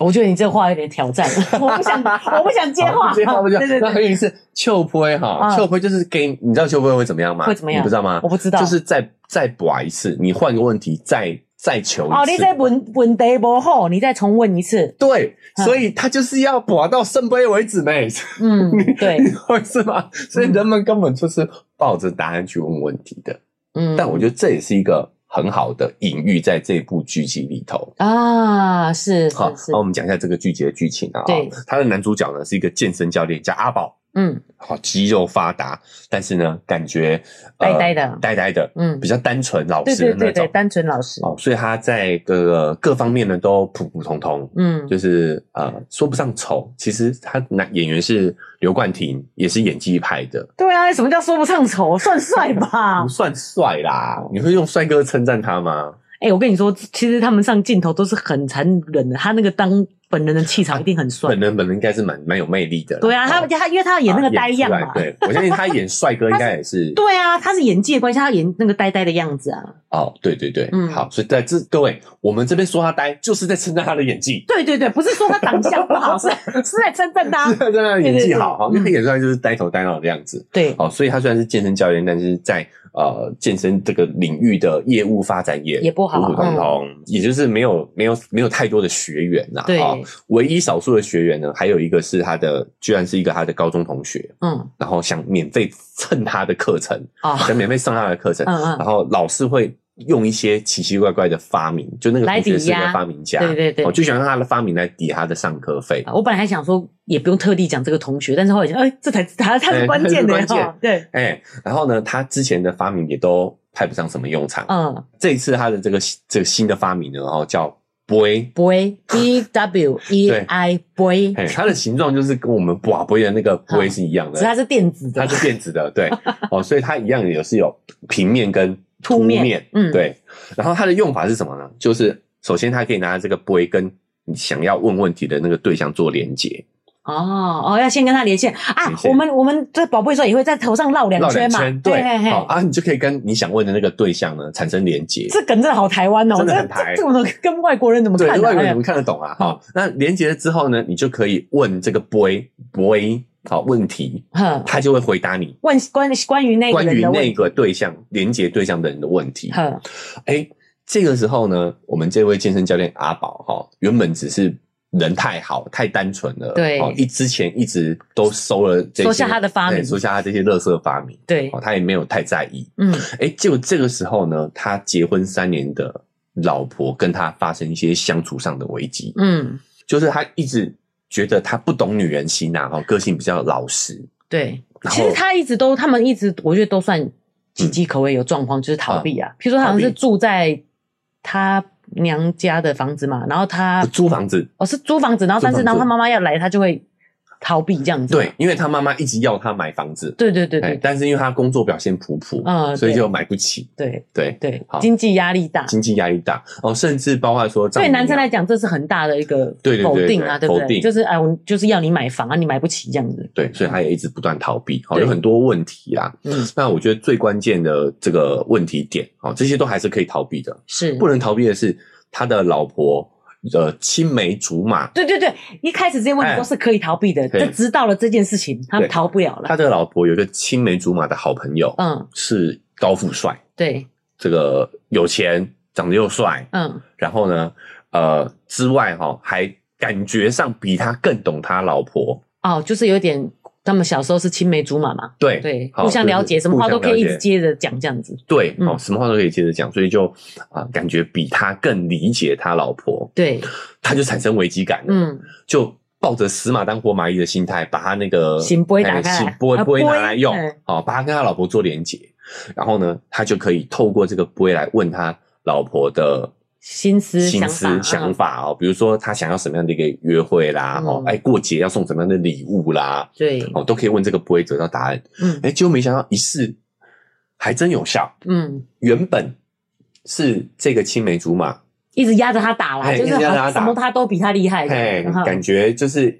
[SPEAKER 1] 我觉得你这话有点挑战，我不 想，我不想接
[SPEAKER 2] 好
[SPEAKER 1] 话，
[SPEAKER 2] 不接话不接话
[SPEAKER 1] 对对
[SPEAKER 2] 那还
[SPEAKER 1] 对，
[SPEAKER 2] 有一次秋坡哈，
[SPEAKER 1] 嗯
[SPEAKER 2] 秋坡就是给你，你知道秋坡会怎么样吗？
[SPEAKER 1] 会怎么样
[SPEAKER 2] 你不知道吗？
[SPEAKER 1] 我不知道，
[SPEAKER 2] 就是再再把一次，你换个问题再再求一次。
[SPEAKER 1] 哦，你在问问题不好，你再重问一次，
[SPEAKER 2] 对，
[SPEAKER 1] 嗯
[SPEAKER 2] 所以他就是要把到圣杯为止呗，
[SPEAKER 1] 嗯，对，
[SPEAKER 2] 你懂我意思吗？所以人们根本就是抱着答案去问问题的。
[SPEAKER 1] 嗯，
[SPEAKER 2] 但我觉得这也是一个很好的隐喻，在这部剧集里头。
[SPEAKER 1] 啊，是是
[SPEAKER 2] 好，
[SPEAKER 1] 是
[SPEAKER 2] 那，我们讲一下这个剧集的剧情啊。
[SPEAKER 1] 对
[SPEAKER 2] 他的男主角呢是一个健身教练，叫阿宝。
[SPEAKER 1] 嗯
[SPEAKER 2] 好，肌肉发达，但是呢，感觉、呃
[SPEAKER 1] 呆呆的
[SPEAKER 2] 呆呆的，
[SPEAKER 1] 嗯
[SPEAKER 2] 比，较单纯老
[SPEAKER 1] 对
[SPEAKER 2] 实的
[SPEAKER 1] 对
[SPEAKER 2] 那种。
[SPEAKER 1] 对对，单纯老实，
[SPEAKER 2] 哦，所以他在各各方面呢都普普通通，
[SPEAKER 1] 嗯，
[SPEAKER 2] 就是呃说不上丑。其实他男演员是刘冠廷，也是演技派的，
[SPEAKER 1] 对啊，什么叫说不上丑，算帅吧
[SPEAKER 2] 不？算帅啦。你会用帅哥称赞他吗？
[SPEAKER 1] 哎，我跟你说，其实他们上镜头都是很残忍的，他那个当本人的气场一定很帅
[SPEAKER 2] 本，人本人应该是蛮蛮有魅力的啦。
[SPEAKER 1] 对啊，他
[SPEAKER 2] 哦
[SPEAKER 1] 他因为他演那个
[SPEAKER 2] 啊
[SPEAKER 1] 呆样
[SPEAKER 2] 出来
[SPEAKER 1] 嘛，
[SPEAKER 2] 对我相信他演帅 哥应该也是
[SPEAKER 1] 对啊，他是演技的关系，他演那个呆呆的样子啊，
[SPEAKER 2] 哦，对对对，
[SPEAKER 1] 嗯
[SPEAKER 2] 好，所以在这各位，我们这边说他呆，就是在称赞他的演技。
[SPEAKER 1] 对对对，不是说他长相不 好，是是在称赞他
[SPEAKER 2] 是，在他的演技好，哈，因
[SPEAKER 1] 啊对对对嗯
[SPEAKER 2] 为他演出来就是呆头呆脑的样子。
[SPEAKER 1] 对，
[SPEAKER 2] 哦，所以他虽然是健身教练，但是在呃健身这个领域的业务发展也
[SPEAKER 1] 也不好嗯
[SPEAKER 2] 普普通通，也就是没有没有没有太多的学员呐、
[SPEAKER 1] 对
[SPEAKER 2] 哦唯一少数的学员呢，还有一个是他的，居然是一个他的高中同学，
[SPEAKER 1] 嗯
[SPEAKER 2] 然后想免费蹭他的课程，
[SPEAKER 1] 啊，
[SPEAKER 2] 想免费上他的课 程，
[SPEAKER 1] 嗯
[SPEAKER 2] 然
[SPEAKER 1] 嗯，
[SPEAKER 2] 后老师会。用一些奇奇怪怪的发明，就那个同
[SPEAKER 1] 来
[SPEAKER 2] 学
[SPEAKER 1] 抵
[SPEAKER 2] 是个
[SPEAKER 1] 押
[SPEAKER 2] 发明家，
[SPEAKER 1] 对对对
[SPEAKER 2] 哦，就想用他的发明来抵他的上课费。
[SPEAKER 1] 我本来还想说也不用特地讲这个同学，但是后来想，哎，这才他他
[SPEAKER 2] 哎
[SPEAKER 1] 是关键的
[SPEAKER 2] 他是关键
[SPEAKER 1] 哈，对，
[SPEAKER 2] 哎、然后呢，他之前的发明也都派不上什么用场，
[SPEAKER 1] 嗯
[SPEAKER 2] 这一次他的这个这个新的发明呢，然后叫 boy，
[SPEAKER 1] ，boy b w e i boy，
[SPEAKER 2] 哎，它的形状就是跟我们瓦杯的那个 boy
[SPEAKER 1] 嗯
[SPEAKER 2] 是一样的
[SPEAKER 1] 只是，它是电子
[SPEAKER 2] 它
[SPEAKER 1] 的，
[SPEAKER 2] 是电子的， 对，哦，所以它一样也是有平面跟凸
[SPEAKER 1] 凸面嗯
[SPEAKER 2] 对。然后它的用法是什么呢？就是首先它可以拿这个 boy 跟你想要问问题的那个对象做连接，
[SPEAKER 1] 哦哦，要先跟他连线啊
[SPEAKER 2] 连！线
[SPEAKER 1] 我们我们在宝贝说也会在头上绕两
[SPEAKER 2] 绕
[SPEAKER 1] 圈
[SPEAKER 2] 两
[SPEAKER 1] 嘛，
[SPEAKER 2] 圈，
[SPEAKER 1] 对
[SPEAKER 2] 对
[SPEAKER 1] 嘿，
[SPEAKER 2] 好
[SPEAKER 1] 嘿。
[SPEAKER 2] 啊，你就可以跟你想问的那个对象呢产生连接。
[SPEAKER 1] 这梗真的好台湾哦，
[SPEAKER 2] 真的
[SPEAKER 1] 这
[SPEAKER 2] 很台
[SPEAKER 1] 这这种跟外国人怎么
[SPEAKER 2] 对，
[SPEAKER 1] 看的？
[SPEAKER 2] 外国
[SPEAKER 1] 哎嗯
[SPEAKER 2] 人
[SPEAKER 1] 呀
[SPEAKER 2] 怎么看得懂啊？哈、那连接了之后呢，你就可以问这个 boy boy 好问题，
[SPEAKER 1] 嗯哼，
[SPEAKER 2] 他就会回答你
[SPEAKER 1] 问关关于那个
[SPEAKER 2] 关
[SPEAKER 1] 人
[SPEAKER 2] 于
[SPEAKER 1] 的问
[SPEAKER 2] 那
[SPEAKER 1] 题，
[SPEAKER 2] 个对象连接对象的人的问题。
[SPEAKER 1] 哼，
[SPEAKER 2] 哎，这个时候呢，我们这位健身教练阿宝哈、原本只是人太好、太单纯了，
[SPEAKER 1] 对
[SPEAKER 2] 哦，一之前一直都收了这些，
[SPEAKER 1] 收下他的发明
[SPEAKER 2] 对收下他这些垃圾发明，
[SPEAKER 1] 对
[SPEAKER 2] 哦，，他也没有太在意。
[SPEAKER 1] 嗯，
[SPEAKER 2] 哎，结果这个时候呢，他结婚三年的老婆跟他发生一些相处上的危机，
[SPEAKER 1] 嗯，
[SPEAKER 2] 就是他一直觉得他不懂女人心呐、啊，哦，个性比较老实，
[SPEAKER 1] 对。
[SPEAKER 2] 然后
[SPEAKER 1] 其实他一直都，他们一直我觉得都算岌岌可危，有状况就是逃避啊。譬如说，好像
[SPEAKER 2] 嗯逃
[SPEAKER 1] 是
[SPEAKER 2] 避
[SPEAKER 1] 住在他娘家的房子嘛，然后他
[SPEAKER 2] 租房子
[SPEAKER 1] 哦是租房子，然后但
[SPEAKER 2] 嗯租
[SPEAKER 1] 是
[SPEAKER 2] 房子
[SPEAKER 1] 然后他妈妈要来，他就会逃避这样子。
[SPEAKER 2] 对，，因为他妈妈一直要他买房子，
[SPEAKER 1] 对啊对对
[SPEAKER 2] 哎
[SPEAKER 1] 对
[SPEAKER 2] 但是因为他工作表现普普，
[SPEAKER 1] 嗯
[SPEAKER 2] 所以
[SPEAKER 1] 对
[SPEAKER 2] 就买不起。
[SPEAKER 1] 对
[SPEAKER 2] 对，
[SPEAKER 1] 对
[SPEAKER 2] 好，
[SPEAKER 1] 经济压力大，
[SPEAKER 2] 经济压力大哦，甚至包括说丈
[SPEAKER 1] 对
[SPEAKER 2] 母娘
[SPEAKER 1] 男生来讲这是很大的一个
[SPEAKER 2] 对对对
[SPEAKER 1] 否
[SPEAKER 2] 对
[SPEAKER 1] 定啊，
[SPEAKER 2] 对
[SPEAKER 1] 对不
[SPEAKER 2] 否定
[SPEAKER 1] 对？就是哎，我就是要你买房啊，你买不起这样子。
[SPEAKER 2] 对，所以他也一直不断逃避，好、
[SPEAKER 1] 对
[SPEAKER 2] 有很多问题啦。
[SPEAKER 1] 嗯，
[SPEAKER 2] 那我觉得最关键的这个问题点，好、这些都还是可以逃避的。
[SPEAKER 1] 是
[SPEAKER 2] 不能逃避的是他的老婆，呃，青梅竹马，
[SPEAKER 1] 对对对，一开始这些问
[SPEAKER 2] 哎
[SPEAKER 1] 题都是可以逃避的，
[SPEAKER 2] 对
[SPEAKER 1] 就知道了这件事情，他
[SPEAKER 2] 对
[SPEAKER 1] 们逃不了
[SPEAKER 2] 他
[SPEAKER 1] 了。
[SPEAKER 2] 的老婆有一个青梅竹马的好朋友，
[SPEAKER 1] 嗯，
[SPEAKER 2] 是高富帅，
[SPEAKER 1] 对，
[SPEAKER 2] 这个有钱，长得又帅，
[SPEAKER 1] 嗯，
[SPEAKER 2] 然后呢，呃，之外哈、还感觉上比他更懂他老婆，
[SPEAKER 1] 哦，就是有点他们小时候是青梅竹马嘛，
[SPEAKER 2] 对
[SPEAKER 1] 对，
[SPEAKER 2] 好
[SPEAKER 1] 互相了解，
[SPEAKER 2] 就是
[SPEAKER 1] 什么话都
[SPEAKER 2] 互相
[SPEAKER 1] 可以一
[SPEAKER 2] 了解
[SPEAKER 1] 直接着讲这样子。
[SPEAKER 2] 对，
[SPEAKER 1] 嗯
[SPEAKER 2] 哦，什么话都可以接着讲，所以就啊、感觉比他更理解他老婆，
[SPEAKER 1] 对，
[SPEAKER 2] 他就产生危机感了，
[SPEAKER 1] 嗯，
[SPEAKER 2] 就抱着死马当活马医的心态，把他那个
[SPEAKER 1] 醒杯打开来
[SPEAKER 2] 哎醒波
[SPEAKER 1] 啊
[SPEAKER 2] 波拿
[SPEAKER 1] 杯
[SPEAKER 2] 来用
[SPEAKER 1] 哎，
[SPEAKER 2] 哦，把他跟他老婆做连接，然后呢，他就可以透过这个波来问他老婆的
[SPEAKER 1] 心思
[SPEAKER 2] 心思
[SPEAKER 1] 想法
[SPEAKER 2] 想法哦，比如说他想要什么样的一个约会啦，
[SPEAKER 1] 嗯
[SPEAKER 2] 哦，哎，过节要送什么样的礼物啦，
[SPEAKER 1] 对，
[SPEAKER 2] 哦，都可以问这个波得到答案，
[SPEAKER 1] 嗯
[SPEAKER 2] 哎，结果没想到一试还真有效。
[SPEAKER 1] 嗯，
[SPEAKER 2] 原本是这个青梅竹马，
[SPEAKER 1] 一直压着他打啦，
[SPEAKER 2] 哎
[SPEAKER 1] 哦就是
[SPEAKER 2] 一直压着他
[SPEAKER 1] 好
[SPEAKER 2] 打
[SPEAKER 1] 什么他都比他厉害，嗯
[SPEAKER 2] 哎，
[SPEAKER 1] 然后
[SPEAKER 2] 感觉就是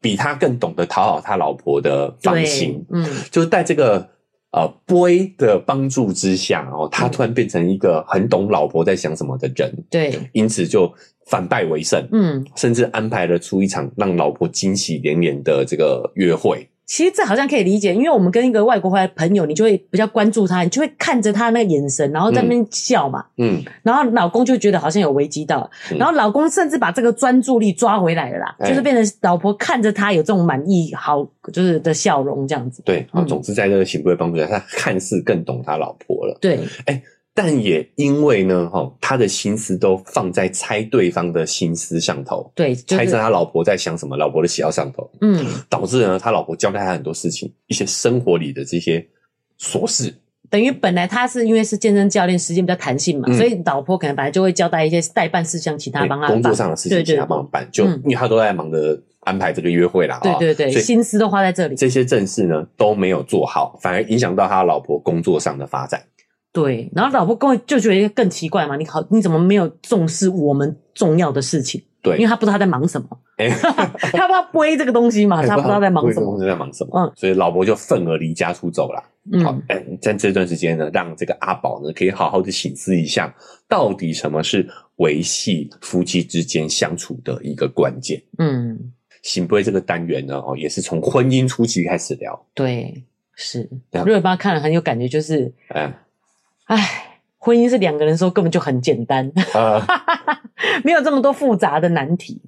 [SPEAKER 2] 比他更懂得讨好他老婆的方
[SPEAKER 1] 对
[SPEAKER 2] 型，，
[SPEAKER 1] 嗯，
[SPEAKER 2] 就是在这个呃 boy 的帮助之下哦，
[SPEAKER 1] 嗯
[SPEAKER 2] 他突然变成一个很懂老婆在想什么的人，
[SPEAKER 1] 对，
[SPEAKER 2] 因此就反败为胜，
[SPEAKER 1] 嗯，
[SPEAKER 2] 甚至安排了出一场让老婆惊喜连连的这个约会。
[SPEAKER 1] 其实这好像可以理解，因为我们跟一个外国回来的朋友，你就会比较关注他，你就会看着他那个眼神，然后在那边笑嘛，
[SPEAKER 2] 嗯，
[SPEAKER 1] 然后老公就觉得好像有危机到了，
[SPEAKER 2] 嗯
[SPEAKER 1] 然后老公甚至把这个专注力抓回来了啦，
[SPEAKER 2] 哎
[SPEAKER 1] 就是变成老婆看着他有这种满意好就是的笑容这样子，
[SPEAKER 2] 对。啊，
[SPEAKER 1] 嗯
[SPEAKER 2] 总之在这个行为帮助下，他看似更懂他老婆了。
[SPEAKER 1] 对，
[SPEAKER 2] 但也因为呢，哈、他的心思都放在猜对方的心思上头，
[SPEAKER 1] 对，就
[SPEAKER 2] 猜测
[SPEAKER 1] 是
[SPEAKER 2] 他老婆在想什么，老婆的喜好上头，
[SPEAKER 1] 嗯，
[SPEAKER 2] 导致呢，他老婆交代他很多事情，一些生活里的这些琐事，
[SPEAKER 1] 等于本来他是因为是健身教练，时间比较弹性嘛，
[SPEAKER 2] 嗯
[SPEAKER 1] 所以老婆可能本来就会交代一些代办事项，请他帮他
[SPEAKER 2] 对哎工作
[SPEAKER 1] 办
[SPEAKER 2] 上的事
[SPEAKER 1] 对对
[SPEAKER 2] 情，请他帮忙办，就
[SPEAKER 1] 嗯
[SPEAKER 2] 因为他都在忙着安排这个约会啦，
[SPEAKER 1] 对
[SPEAKER 2] 啊
[SPEAKER 1] 对对，
[SPEAKER 2] 所以
[SPEAKER 1] 心思都花在这里。
[SPEAKER 2] 这些正事呢都没有做好，反而影响到他老婆工作上的发展。
[SPEAKER 1] 对，然后老婆跟我就觉得更奇怪嘛，你好，你怎么没有重视我们重要的事情？因为
[SPEAKER 2] 对，
[SPEAKER 1] 他不知道他在忙什 么，
[SPEAKER 2] 哎
[SPEAKER 1] 他不知道背这个东西嘛，他不知道在忙什么。
[SPEAKER 2] 在忙什么，
[SPEAKER 1] 嗯
[SPEAKER 2] 所以老婆就愤而离家出走了。好
[SPEAKER 1] 嗯，，
[SPEAKER 2] 哎，在这段时间呢，让这个阿宝呢可以好好的醒思一下，到底什么是维系夫妻之间相处的一个关键。
[SPEAKER 1] 嗯，
[SPEAKER 2] 醒杯这个单元呢，哦，也是从婚姻初期开始聊，
[SPEAKER 1] 对，是。
[SPEAKER 2] 对啊
[SPEAKER 1] 瑞尔巴看了很有感觉，就是，
[SPEAKER 2] 哎，
[SPEAKER 1] 唉，婚姻是两个人的时候根本就很简单，
[SPEAKER 2] 呃，
[SPEAKER 1] 没有这么多复杂的难题。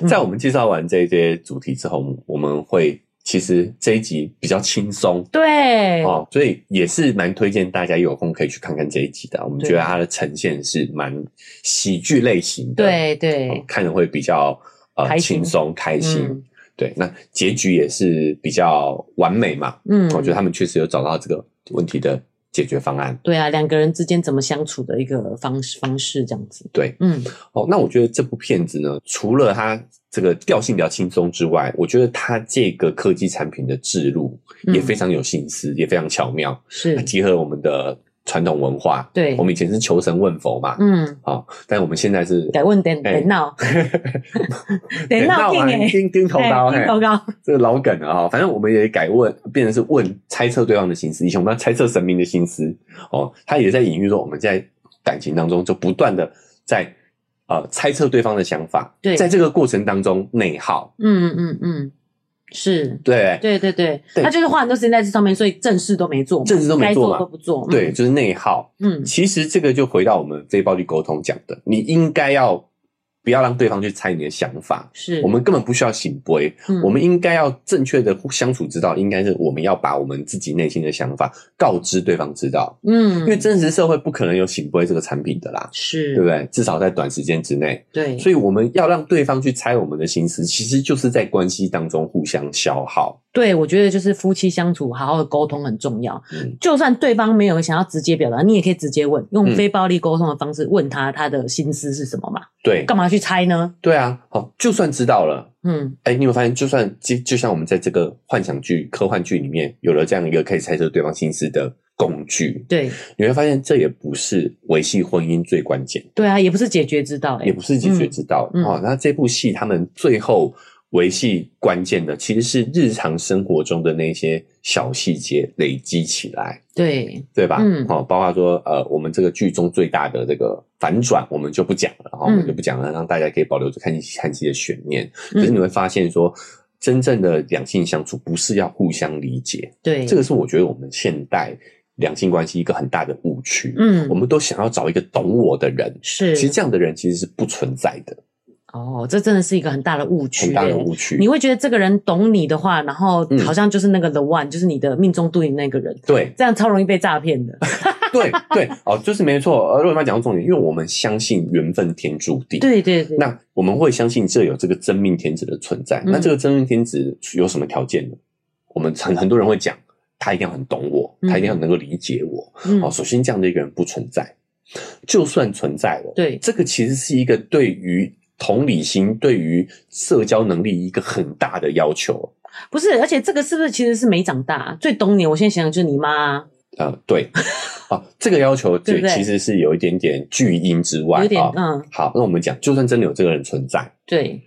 [SPEAKER 1] 嗯
[SPEAKER 2] 在我们介绍完这些主题之后，我们会其实这一集比较轻松。
[SPEAKER 1] 对，
[SPEAKER 2] 哦，所以也是蛮推荐大家有空可以去看看这一集的。我们
[SPEAKER 1] 对
[SPEAKER 2] 觉得它的呈现是蛮喜剧类型的，
[SPEAKER 1] 对
[SPEAKER 2] 哦
[SPEAKER 1] 对，嗯
[SPEAKER 2] 看着会比较呃
[SPEAKER 1] 开心
[SPEAKER 2] 轻松开心。
[SPEAKER 1] 嗯
[SPEAKER 2] 对，那结局也是比较完美嘛。
[SPEAKER 1] 嗯，
[SPEAKER 2] 我觉得他们确实有找到这个问题的解决方案。
[SPEAKER 1] 对啊，两个人之间怎么相处的一个方式方式这样子。
[SPEAKER 2] 对，
[SPEAKER 1] 嗯，
[SPEAKER 2] 哦，那我觉得这部片子呢，除了它这个调性比较轻松之外，我觉得它这个科技产品的置入也
[SPEAKER 1] 嗯
[SPEAKER 2] 非常有心思，也非常巧妙，它
[SPEAKER 1] 是，
[SPEAKER 2] 结合我们的传统文化。
[SPEAKER 1] 对
[SPEAKER 2] 我们以前是求神问佛嘛，
[SPEAKER 1] 嗯，
[SPEAKER 2] 哦，但我们现在是
[SPEAKER 1] 改问等
[SPEAKER 2] 哎
[SPEAKER 1] 等 闹，等闹定哎，
[SPEAKER 2] 钉钉头刀，
[SPEAKER 1] 哎
[SPEAKER 2] 嘿
[SPEAKER 1] 听头高，
[SPEAKER 2] 这个老梗了哈、反正我们也改问，变成是问猜测对方的心思。以前我们要猜测神明的心思哦，他也在隐喻说我们在感情当中就不断的在呃猜测对方的想法，
[SPEAKER 1] 对
[SPEAKER 2] 在这个过程当中内耗，
[SPEAKER 1] 嗯嗯嗯，是，
[SPEAKER 2] 对
[SPEAKER 1] 对对对，
[SPEAKER 2] 对
[SPEAKER 1] 他就是花很多时间在这上面，所以正事都没做嘛，
[SPEAKER 2] 正事都没
[SPEAKER 1] 该
[SPEAKER 2] 做
[SPEAKER 1] 做
[SPEAKER 2] 嘛
[SPEAKER 1] 的都不做，
[SPEAKER 2] 对，就是内耗。
[SPEAKER 1] 嗯，嗯，
[SPEAKER 2] 其实这个就回到我们非暴力沟通讲的，你应该要不要让对方去猜你的想法。
[SPEAKER 1] 是，
[SPEAKER 2] 我们根本不需要醒杯，
[SPEAKER 1] 嗯
[SPEAKER 2] 我们应该要正确的相处之道，应该是我们要把我们自己内心的想法告知对方知道。
[SPEAKER 1] 嗯，
[SPEAKER 2] 因为真实社会不可能有醒杯这个产品的啦，
[SPEAKER 1] 是嗯
[SPEAKER 2] 对不对？至少在短时间之内，
[SPEAKER 1] 对，
[SPEAKER 2] 所以我们要让对方去猜我们的心思，其实就是在关系当中互相消耗。
[SPEAKER 1] 对我觉得就是夫妻相处好好的沟通很重要。
[SPEAKER 2] 嗯
[SPEAKER 1] 就算对方没有想要直接表达，你也可以直接问，用
[SPEAKER 2] 嗯
[SPEAKER 1] 非暴力沟通的方式问他他的心思是什么嘛？
[SPEAKER 2] 对
[SPEAKER 1] 干嘛去猜呢？
[SPEAKER 2] 对啊，好，就算知道了。
[SPEAKER 1] 嗯，
[SPEAKER 2] 哎，你有没有发现，就算就就像我们在这个幻想剧、科幻剧里面，有了这样一个可以猜测对方心思的工具，
[SPEAKER 1] 对
[SPEAKER 2] 你会发现这也不是维系婚姻最关键，
[SPEAKER 1] 对啊，也不是解决之道、欸，
[SPEAKER 2] 也不是解决之道
[SPEAKER 1] 嗯嗯
[SPEAKER 2] 哦。那这部戏他们最后维系关键的，其实是日常生活中的那些小细节累积起来，
[SPEAKER 1] 对，
[SPEAKER 2] 对吧？
[SPEAKER 1] 嗯
[SPEAKER 2] 哦，包括说呃，我们这个剧中最大的这个反转，我们就不讲了，哈、哦，我们
[SPEAKER 1] 嗯
[SPEAKER 2] 就不讲了，让大家可以保留着看戏看戏的悬念。
[SPEAKER 1] 嗯
[SPEAKER 2] 可是你会发现说。真正的两性相处不是要互相理解，
[SPEAKER 1] 对，
[SPEAKER 2] 这个是我觉得我们现代两性关系一个很大的误区。
[SPEAKER 1] 嗯
[SPEAKER 2] 我，们都想要找一个懂我的人，
[SPEAKER 1] 是，
[SPEAKER 2] 其实这样的人其实是不存在的，
[SPEAKER 1] 哦，这真的是一个很大的误区、欸，
[SPEAKER 2] 很大的误区
[SPEAKER 1] 你。会觉得这个人懂你的话，然后
[SPEAKER 2] 嗯
[SPEAKER 1] 好像就是那个 the one，、就是你的命中对的那个人，
[SPEAKER 2] 对
[SPEAKER 1] 这样超容易被诈骗的。对
[SPEAKER 2] 对对，哦，就是没错。呃，若妈讲到重点，因为我们相信缘分天注定。
[SPEAKER 1] 对对对，
[SPEAKER 2] 那我们会相信这有这个真命天子的存在。
[SPEAKER 1] 嗯
[SPEAKER 2] 那这个真命天子有什么条件呢？我们很很多人会讲，他一定要很懂我，
[SPEAKER 1] 嗯
[SPEAKER 2] 他一定要能够理解我。
[SPEAKER 1] 嗯
[SPEAKER 2] 哦，首先这样的一个人不存在，就算存在了，
[SPEAKER 1] 对
[SPEAKER 2] 这个其实是一个对于同理心、对于社交能力一个很大的要求。
[SPEAKER 1] 不是，而且这个是不是其实是没长大、啊最懂你？我现在想想就是你妈、啊，
[SPEAKER 2] 啊、对，啊、这个要 求
[SPEAKER 1] 对
[SPEAKER 2] 对
[SPEAKER 1] 不对
[SPEAKER 2] 其实是有一点点巨婴之外
[SPEAKER 1] 有点、
[SPEAKER 2] 啊、
[SPEAKER 1] 嗯，
[SPEAKER 2] 好，那我们讲，就算真的有这个人存在，
[SPEAKER 1] 对，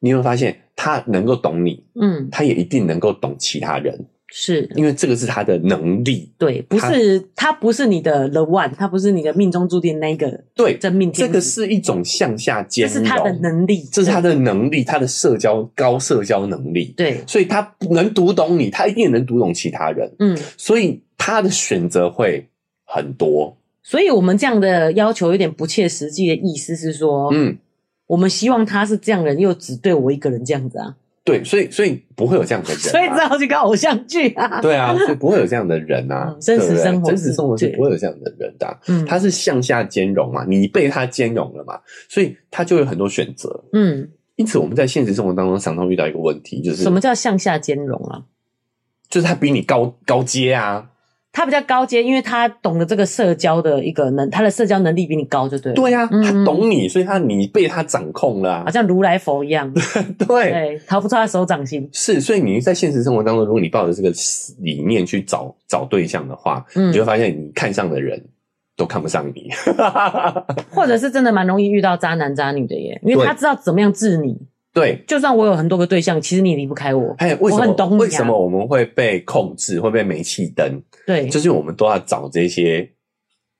[SPEAKER 2] 你有没有发现他能够懂你，
[SPEAKER 1] 嗯，
[SPEAKER 2] 他也一定能够懂其他人，
[SPEAKER 1] 是。
[SPEAKER 2] 因为这个是他的能力。
[SPEAKER 1] 对，不是他不是你的 the one，他不是你的命中注定那一个
[SPEAKER 2] 对，
[SPEAKER 1] 真命天
[SPEAKER 2] 这
[SPEAKER 1] 子，
[SPEAKER 2] 个是一种向下兼
[SPEAKER 1] 这
[SPEAKER 2] 容，
[SPEAKER 1] 是他的能力，
[SPEAKER 2] 这是他的能力，他的社交高社交能力。
[SPEAKER 1] 对，
[SPEAKER 2] 所以他能读懂你，他一定也能读懂其他人，
[SPEAKER 1] 嗯，
[SPEAKER 2] 所以他的选择会很多。
[SPEAKER 1] 所以我们这样的要求有点不切实际的意思是说，
[SPEAKER 2] 嗯，
[SPEAKER 1] 我们希望他是这样人，又只对我一个人这样子啊，
[SPEAKER 2] 对，所以所以不会有这样的人、啊，
[SPEAKER 1] 所以只好去看偶像剧啊。
[SPEAKER 2] 对啊，所以不会有这样的人啊，
[SPEAKER 1] 嗯真实
[SPEAKER 2] 对不对
[SPEAKER 1] 生活
[SPEAKER 2] 真
[SPEAKER 1] 是
[SPEAKER 2] 实生活是
[SPEAKER 1] 对
[SPEAKER 2] 不会有这样的人的啊、
[SPEAKER 1] 嗯，
[SPEAKER 2] 他是向下兼容嘛，你被他兼容了嘛，所以他就有很多选择。
[SPEAKER 1] 嗯，
[SPEAKER 2] 因此我们在现实生活当中常常遇到一个问题，就是
[SPEAKER 1] 什么叫向下兼容啊？
[SPEAKER 2] 就是他比你高高阶啊，
[SPEAKER 1] 他比较高阶，因为他懂得这个社交的一个能，他的社交能力比你高，就对了。
[SPEAKER 2] 对啊，
[SPEAKER 1] 嗯
[SPEAKER 2] 他懂你，所以他你被他掌控了啊、
[SPEAKER 1] 好像如来佛一样，
[SPEAKER 2] 对。
[SPEAKER 1] 对，逃不出他的手掌心。
[SPEAKER 2] 是，所以你在现实生活当中，如果你抱着这个理念去找找对象的话，
[SPEAKER 1] 嗯
[SPEAKER 2] 你就，会发现你看上的人都看不上你。
[SPEAKER 1] 或者是真的蛮容易遇到渣男渣女的耶，因为
[SPEAKER 2] 对
[SPEAKER 1] 他知道怎么样治你。
[SPEAKER 2] 对，
[SPEAKER 1] 就算我有很多个对象，其实你离不开我。
[SPEAKER 2] 哎，为什
[SPEAKER 1] 我很
[SPEAKER 2] 么、
[SPEAKER 1] 懂你啊
[SPEAKER 2] 为什么我们会被控制，会被煤气灯？
[SPEAKER 1] 对，
[SPEAKER 2] 就是我们都要找这些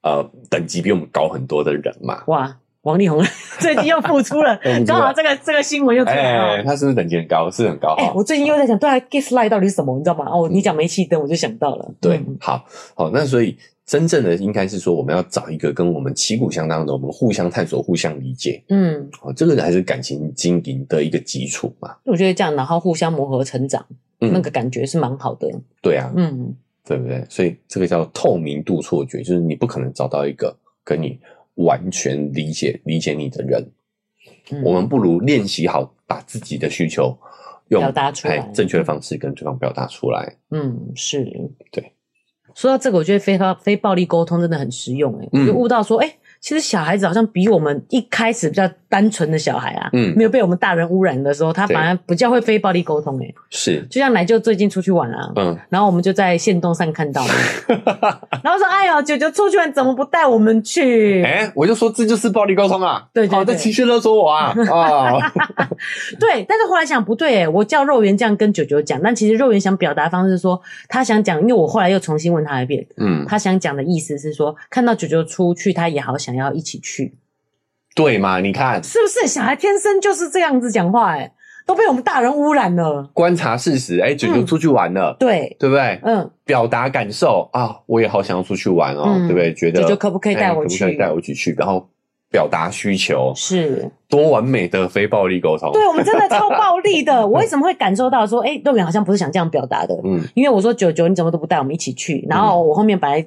[SPEAKER 2] 呃等级比我们高很多的人嘛。
[SPEAKER 1] 哇，王力宏 最近又复 出了
[SPEAKER 2] 又复出，了
[SPEAKER 1] 刚好这个这个新闻又出来了。哦
[SPEAKER 2] 哎，他是不是等级很高？是很高
[SPEAKER 1] 哎、
[SPEAKER 2] 哈。
[SPEAKER 1] 我最近又在想，对啊，gas light 到底是什么？你知道吗？哦，你讲煤气灯，我就想到了。
[SPEAKER 2] 嗯对，
[SPEAKER 1] 嗯
[SPEAKER 2] 好，好，那所以真正的应该是说，我们要找一个跟我们旗鼓相当的，我们互相探索、互相理解。
[SPEAKER 1] 嗯，
[SPEAKER 2] 哦，这个还是感情经营的一个基础嘛。
[SPEAKER 1] 我觉得这样，然后互相磨合成长，
[SPEAKER 2] 嗯
[SPEAKER 1] 那个感觉是蛮好的。
[SPEAKER 2] 对啊，
[SPEAKER 1] 嗯，
[SPEAKER 2] 对不对？所以这个叫透明度错觉，就是你不可能找到一个跟你完全理解理解你的人。
[SPEAKER 1] 嗯
[SPEAKER 2] 我们不如练习好把自己的需求用
[SPEAKER 1] 表达出来
[SPEAKER 2] 哎正确的方式跟对方表达出来。
[SPEAKER 1] 嗯是，
[SPEAKER 2] 对。
[SPEAKER 1] 说到这个，我觉得非暴非暴力沟通真的很实用、欸。
[SPEAKER 2] 嗯
[SPEAKER 1] 我就悟到说，哎、其实小孩子好像比我们一开始比较单纯的小孩啊，
[SPEAKER 2] 嗯
[SPEAKER 1] 没有被我们大人污染的时候，他
[SPEAKER 2] 对
[SPEAKER 1] 反而比较会非暴力沟通、欸。哎，
[SPEAKER 2] 是，
[SPEAKER 1] 就像奶舅最近出去玩啊，
[SPEAKER 2] 嗯，
[SPEAKER 1] 然后我们就在线动上看到嘛，然后说：“哎呦，九九出去玩怎么不带我们去？”
[SPEAKER 2] 哎、我就说这就是暴力沟通啊！
[SPEAKER 1] 对对
[SPEAKER 2] 哦
[SPEAKER 1] 对
[SPEAKER 2] 这情绪勒索 我啊！啊，
[SPEAKER 1] 对，但是后来想不对，哎，我叫肉圆这样跟九九讲，但其实肉圆想表达方式是说，他想讲，因为我后来又重新问他一遍，
[SPEAKER 2] 嗯，
[SPEAKER 1] 他想讲的意思是说，看到九九出去，他也好想要一起去，
[SPEAKER 2] 对嘛？你看，
[SPEAKER 1] 是不是？小孩天生就是这样子讲话，哎，都被我们大人污染了。
[SPEAKER 2] 观察事实，哎、九九
[SPEAKER 1] 嗯
[SPEAKER 2] 出去玩了，
[SPEAKER 1] 对，
[SPEAKER 2] 对不对？
[SPEAKER 1] 嗯，
[SPEAKER 2] 表达感受啊，我也好想要出去玩哦，
[SPEAKER 1] 嗯
[SPEAKER 2] 对不对？觉得
[SPEAKER 1] 九九可不可以带我
[SPEAKER 2] 哎可不
[SPEAKER 1] 去
[SPEAKER 2] 可以带我一起去？然后表达需求，
[SPEAKER 1] 是，
[SPEAKER 2] 多完美的非暴力沟通。
[SPEAKER 1] 对我们真的超暴力 的。我为什么会感受到说，哎，肉圆好像不是想这样表达的？
[SPEAKER 2] 嗯，
[SPEAKER 1] 因为我说九九你怎么都不带我们一起去，然后我后面本来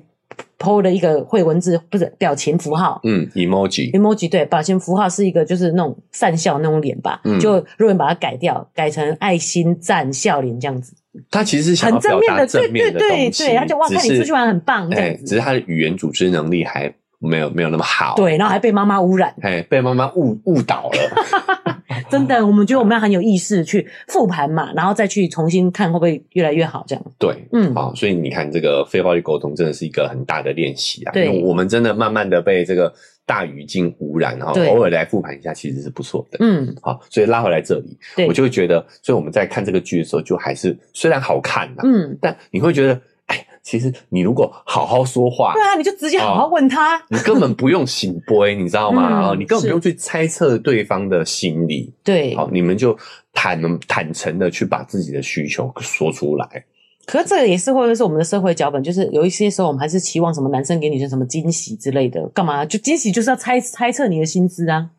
[SPEAKER 1] PO 了一个会文字，不是表情符号。
[SPEAKER 2] 嗯，emoji，
[SPEAKER 1] emoji 对，表情符号是一个就是那种善笑那种脸吧，
[SPEAKER 2] 嗯
[SPEAKER 1] 就如果你把它改掉，改成爱心赞笑脸这样子，
[SPEAKER 2] 他其实是想要
[SPEAKER 1] 很
[SPEAKER 2] 表
[SPEAKER 1] 正面
[SPEAKER 2] 达
[SPEAKER 1] 的，
[SPEAKER 2] 正面
[SPEAKER 1] 对
[SPEAKER 2] 的
[SPEAKER 1] 对对
[SPEAKER 2] 东西，
[SPEAKER 1] 对，他就哇，
[SPEAKER 2] 只
[SPEAKER 1] 看你
[SPEAKER 2] 是
[SPEAKER 1] 出去玩很棒这
[SPEAKER 2] 哎，
[SPEAKER 1] 样
[SPEAKER 2] 只
[SPEAKER 1] 子，
[SPEAKER 2] 是他的语言组织能力还没有没有那么好，，
[SPEAKER 1] 对，然后还被妈妈污 染，
[SPEAKER 2] 哎，被妈妈误误导 了，
[SPEAKER 1] 真的，我们觉得我们要很有意识去复盘嘛，然后再去重新看会不会越来越好这样，
[SPEAKER 2] 对。
[SPEAKER 1] 嗯，
[SPEAKER 2] 好、所以你看，这个非暴力沟通真的是一个很大的练习啊。
[SPEAKER 1] 对
[SPEAKER 2] 因为我们真的慢慢的被这个大语境污染，然后
[SPEAKER 1] 对
[SPEAKER 2] 偶尔来复盘一下，其实是不错的。
[SPEAKER 1] 嗯，
[SPEAKER 2] 好，所以拉回来这里，
[SPEAKER 1] 对，
[SPEAKER 2] 我就会觉得，所以我们在看这个剧的时候，就还是虽然好看呐、
[SPEAKER 1] 嗯，
[SPEAKER 2] 但你会觉得，哎，其实你如果好好说话
[SPEAKER 1] 对，啊，你就直接好好问他，
[SPEAKER 2] 你根本不用醒波，你知道吗？哦
[SPEAKER 1] 嗯
[SPEAKER 2] 你根本
[SPEAKER 1] 是
[SPEAKER 2] 不用去猜测对方的心理，
[SPEAKER 1] 对，
[SPEAKER 2] 好，你们就坦坦诚的去把自己的需求说出来。
[SPEAKER 1] 可是这个也是会不会是我们的社会脚本？就是有一些时候我们还是期望什么男生给女生什么惊喜之类的，干嘛？就惊喜就是要猜猜测你的心思啊！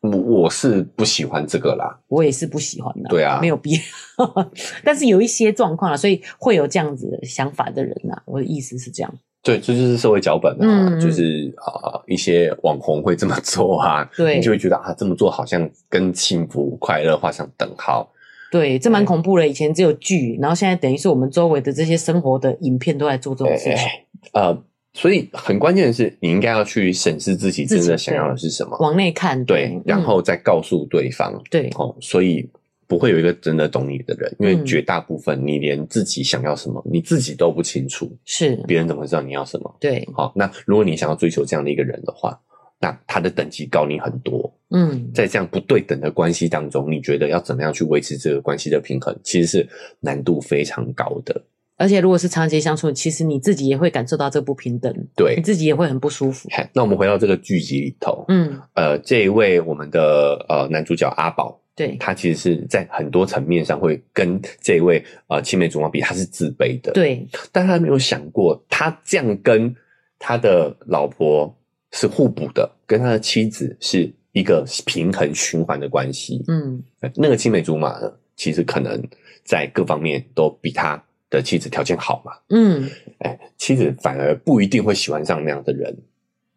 [SPEAKER 2] 我我是不喜欢这个啦，
[SPEAKER 1] 我也是不喜欢的、
[SPEAKER 2] 对啊
[SPEAKER 1] 没有必要。 但是有一些状况啊，所以会有这样子的想法的人啊，我的意思是这样。
[SPEAKER 2] 对，这就是社会脚本啊，
[SPEAKER 1] 嗯嗯
[SPEAKER 2] 就是啊、呃一些网红会这么做啊，
[SPEAKER 1] 对
[SPEAKER 2] 你就会觉得啊，这么做好像跟幸福快乐画上等号。
[SPEAKER 1] 对，这蛮恐怖的。以前只有剧，然后现在等于是我们周围的这些生活的影片都在做这种事情。
[SPEAKER 2] 呃，所以很关键的是，你应该要去审视自己
[SPEAKER 1] 自己
[SPEAKER 2] 真的想要的是什么，
[SPEAKER 1] 往内看，
[SPEAKER 2] 对
[SPEAKER 1] 嗯，
[SPEAKER 2] 然后再告诉对方。
[SPEAKER 1] 对
[SPEAKER 2] 哦，所以不会有一个真的懂你的人，因为
[SPEAKER 1] 嗯
[SPEAKER 2] 绝大部分你连自己想要什么你自己都不清楚，
[SPEAKER 1] 是，
[SPEAKER 2] 别人怎么会知道你要什么？
[SPEAKER 1] 对，
[SPEAKER 2] 好，那如果你想要追求这样的一个人的话，那他的等级高你很多，
[SPEAKER 1] 嗯，
[SPEAKER 2] 在这样不对等的关系当中，你觉得要怎么样去维持这个关系的平衡，其实是难度非常高的。
[SPEAKER 1] 而且如果是长期相处，其实你自己也会感受到这不平等，
[SPEAKER 2] 对
[SPEAKER 1] 你自己也会很不舒服。
[SPEAKER 2] 嘿那我们回到这个剧集里头，
[SPEAKER 1] 嗯，
[SPEAKER 2] 呃，这一位我们的呃男主角阿宝，
[SPEAKER 1] 对
[SPEAKER 2] 他其实是在很多层面上会跟这位呃青梅竹马比，他是自卑的。
[SPEAKER 1] 对，
[SPEAKER 2] 但他没有想过，他这样跟他的老婆是互补的，跟他的妻子是一个平衡循环的关系。
[SPEAKER 1] 嗯，
[SPEAKER 2] 那个青梅竹马呢，其实可能在各方面都比他的妻子条件好嘛，
[SPEAKER 1] 嗯，
[SPEAKER 2] 哎，妻子反而不一定会喜欢上那样的人。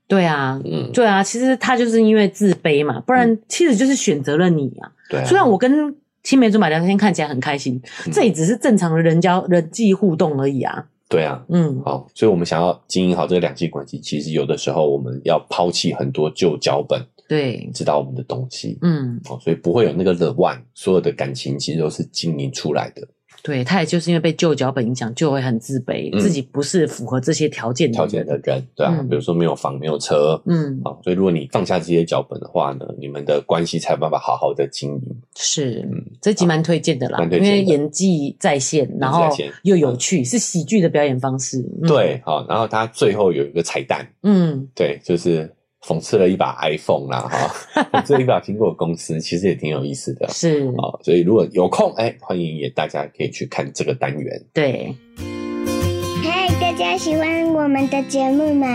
[SPEAKER 1] 对啊，
[SPEAKER 2] 嗯，
[SPEAKER 1] 对啊，其实他就是因为自卑嘛，不然妻子就是选择了你啊。
[SPEAKER 2] 对、啊。
[SPEAKER 1] 虽然我跟青梅竹马聊天看起来很开心，
[SPEAKER 2] 嗯
[SPEAKER 1] 这也只是正常的人交人际互动而已啊。
[SPEAKER 2] 对啊，
[SPEAKER 1] 嗯，
[SPEAKER 2] 好，所以我们想要经营好这个两性关系，其实有的时候我们要抛弃很多旧脚本，
[SPEAKER 1] 对，
[SPEAKER 2] 知道我们的东西。
[SPEAKER 1] 嗯，
[SPEAKER 2] 哦，所以不会有那个 the one，所有的感情其实都是经营出来的。
[SPEAKER 1] 对他也就是因为被旧脚本影响，就会很自卑，
[SPEAKER 2] 嗯
[SPEAKER 1] 自己不是符合这些条件
[SPEAKER 2] 条件
[SPEAKER 1] 人
[SPEAKER 2] 的人，对啊，
[SPEAKER 1] 嗯
[SPEAKER 2] 比如说没有房、没有车啊、
[SPEAKER 1] 嗯，
[SPEAKER 2] 好所以如果你放下这些脚本的话呢，你们的关系才有办法好好的经营。
[SPEAKER 1] 是
[SPEAKER 2] 嗯，啊
[SPEAKER 1] 这集蛮推荐的啦，
[SPEAKER 2] 蛮推
[SPEAKER 1] 因
[SPEAKER 2] 荐的
[SPEAKER 1] 为演技在线，然后
[SPEAKER 2] 在线嗯
[SPEAKER 1] 又有趣，是喜剧的表演方式。嗯，
[SPEAKER 2] 对，好，然后他最后有一个彩蛋，
[SPEAKER 1] 嗯，
[SPEAKER 2] 对，就是讽刺了一把 iPhone 啦，哈，讽刺了一把苹果公司，其实也挺有意思的。
[SPEAKER 1] 是，
[SPEAKER 2] 好，所以如果有空，哎，欢迎也大家可以去看这个单元。
[SPEAKER 1] 对，
[SPEAKER 3] 嗨，大家喜欢我们的节目吗？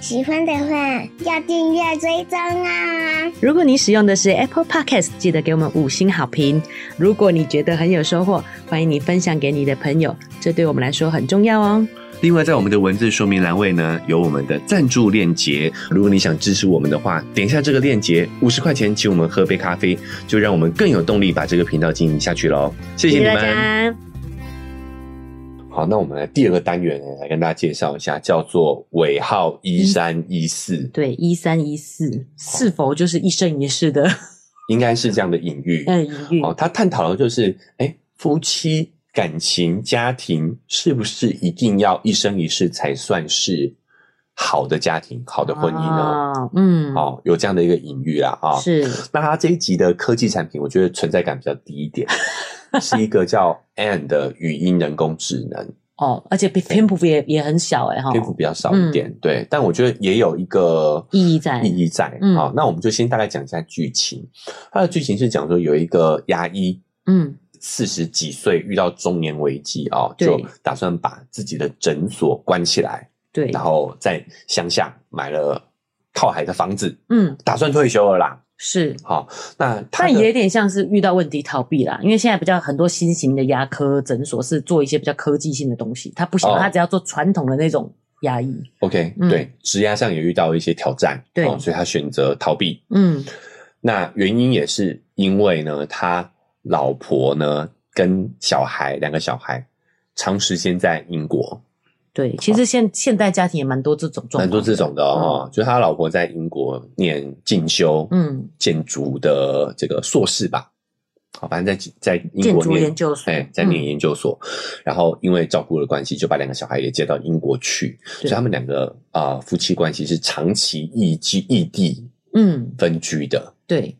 [SPEAKER 3] 喜欢的话要订阅追踪啊！
[SPEAKER 1] 如果你使用的是 Apple Podcast，记得给我们五星好评。如果你觉得很有收获，欢迎你分享给你的朋友，这对我们来说很重要哦。
[SPEAKER 2] 另外，在我们的文字说明栏位呢，有我们的赞助链接。如果你想支持我们的话，点一下这个链接，五十块钱请我们喝杯咖啡，就让我们更有动力把这个频道经营下去喽。谢谢你
[SPEAKER 1] 大
[SPEAKER 2] 们。
[SPEAKER 1] 家，
[SPEAKER 2] 好，那我们来第二个单元呢，来跟大家介绍一下，叫做尾号一三一四，
[SPEAKER 1] 对一三一四是否就是一生一世的
[SPEAKER 2] 应该是这样的隐喻。
[SPEAKER 1] 呃隐喻？
[SPEAKER 2] 哦，他探讨的就是，哎，夫妻感情、家庭是不是一定要一生一世才算是好的家庭、好的婚姻呢？
[SPEAKER 1] 啊，嗯，
[SPEAKER 2] 哦，有这样的一个隐喻啦啊、
[SPEAKER 1] 是
[SPEAKER 2] 那它这一集的科技产品，我觉得存在感比较低一点，是 一个叫 Anne 的语音人工智能，
[SPEAKER 1] 哦，而且篇篇幅也也很小哎哈，
[SPEAKER 2] 篇幅比较少一点，对。但我觉得也有一个
[SPEAKER 1] 嗯意义在
[SPEAKER 2] 意义在。
[SPEAKER 1] 嗯
[SPEAKER 2] 好、那我们就先大概讲一下剧情。它的剧情是讲说有一个牙医，
[SPEAKER 1] 嗯，
[SPEAKER 2] 四十几岁遇到中年危机啊、
[SPEAKER 1] 对
[SPEAKER 2] 就打算把自己的诊所关起来，
[SPEAKER 1] 对，
[SPEAKER 2] 然后在乡下买了靠海的房子，
[SPEAKER 1] 嗯
[SPEAKER 2] 打算退休了啦。
[SPEAKER 1] 是。
[SPEAKER 2] 好，那他
[SPEAKER 1] 但
[SPEAKER 2] 的
[SPEAKER 1] 也有点像是遇到问题逃避啦，因为现在比较很多新型的牙科诊所是做一些比较科技性的东西，他不想，
[SPEAKER 2] 哦
[SPEAKER 1] 他只要做传统的那种压抑。
[SPEAKER 2] OK，、
[SPEAKER 1] 嗯
[SPEAKER 2] 对，职涯上也遇到一些挑战，
[SPEAKER 1] 对
[SPEAKER 2] 哦所以他选择逃避。
[SPEAKER 1] 嗯
[SPEAKER 2] 那原因也是因为呢，他老婆呢跟小孩两个小孩长时间在英国，
[SPEAKER 1] 对，其实现现代家庭也蛮多这种状况，
[SPEAKER 2] 蛮多这种的哦，就是他老婆在英国念进修，
[SPEAKER 1] 嗯，
[SPEAKER 2] 建筑的这个硕士吧，好，反正在在英
[SPEAKER 1] 建
[SPEAKER 2] 国
[SPEAKER 1] 筑
[SPEAKER 2] 念
[SPEAKER 1] 研。究所，嗯
[SPEAKER 2] 哎，在念研究所，然后因为照顾的关系，就把两个小孩也接到英国去，所以他们两个啊、夫妻关系是长期异居异地
[SPEAKER 1] 嗯，
[SPEAKER 2] 分居的。
[SPEAKER 1] 对，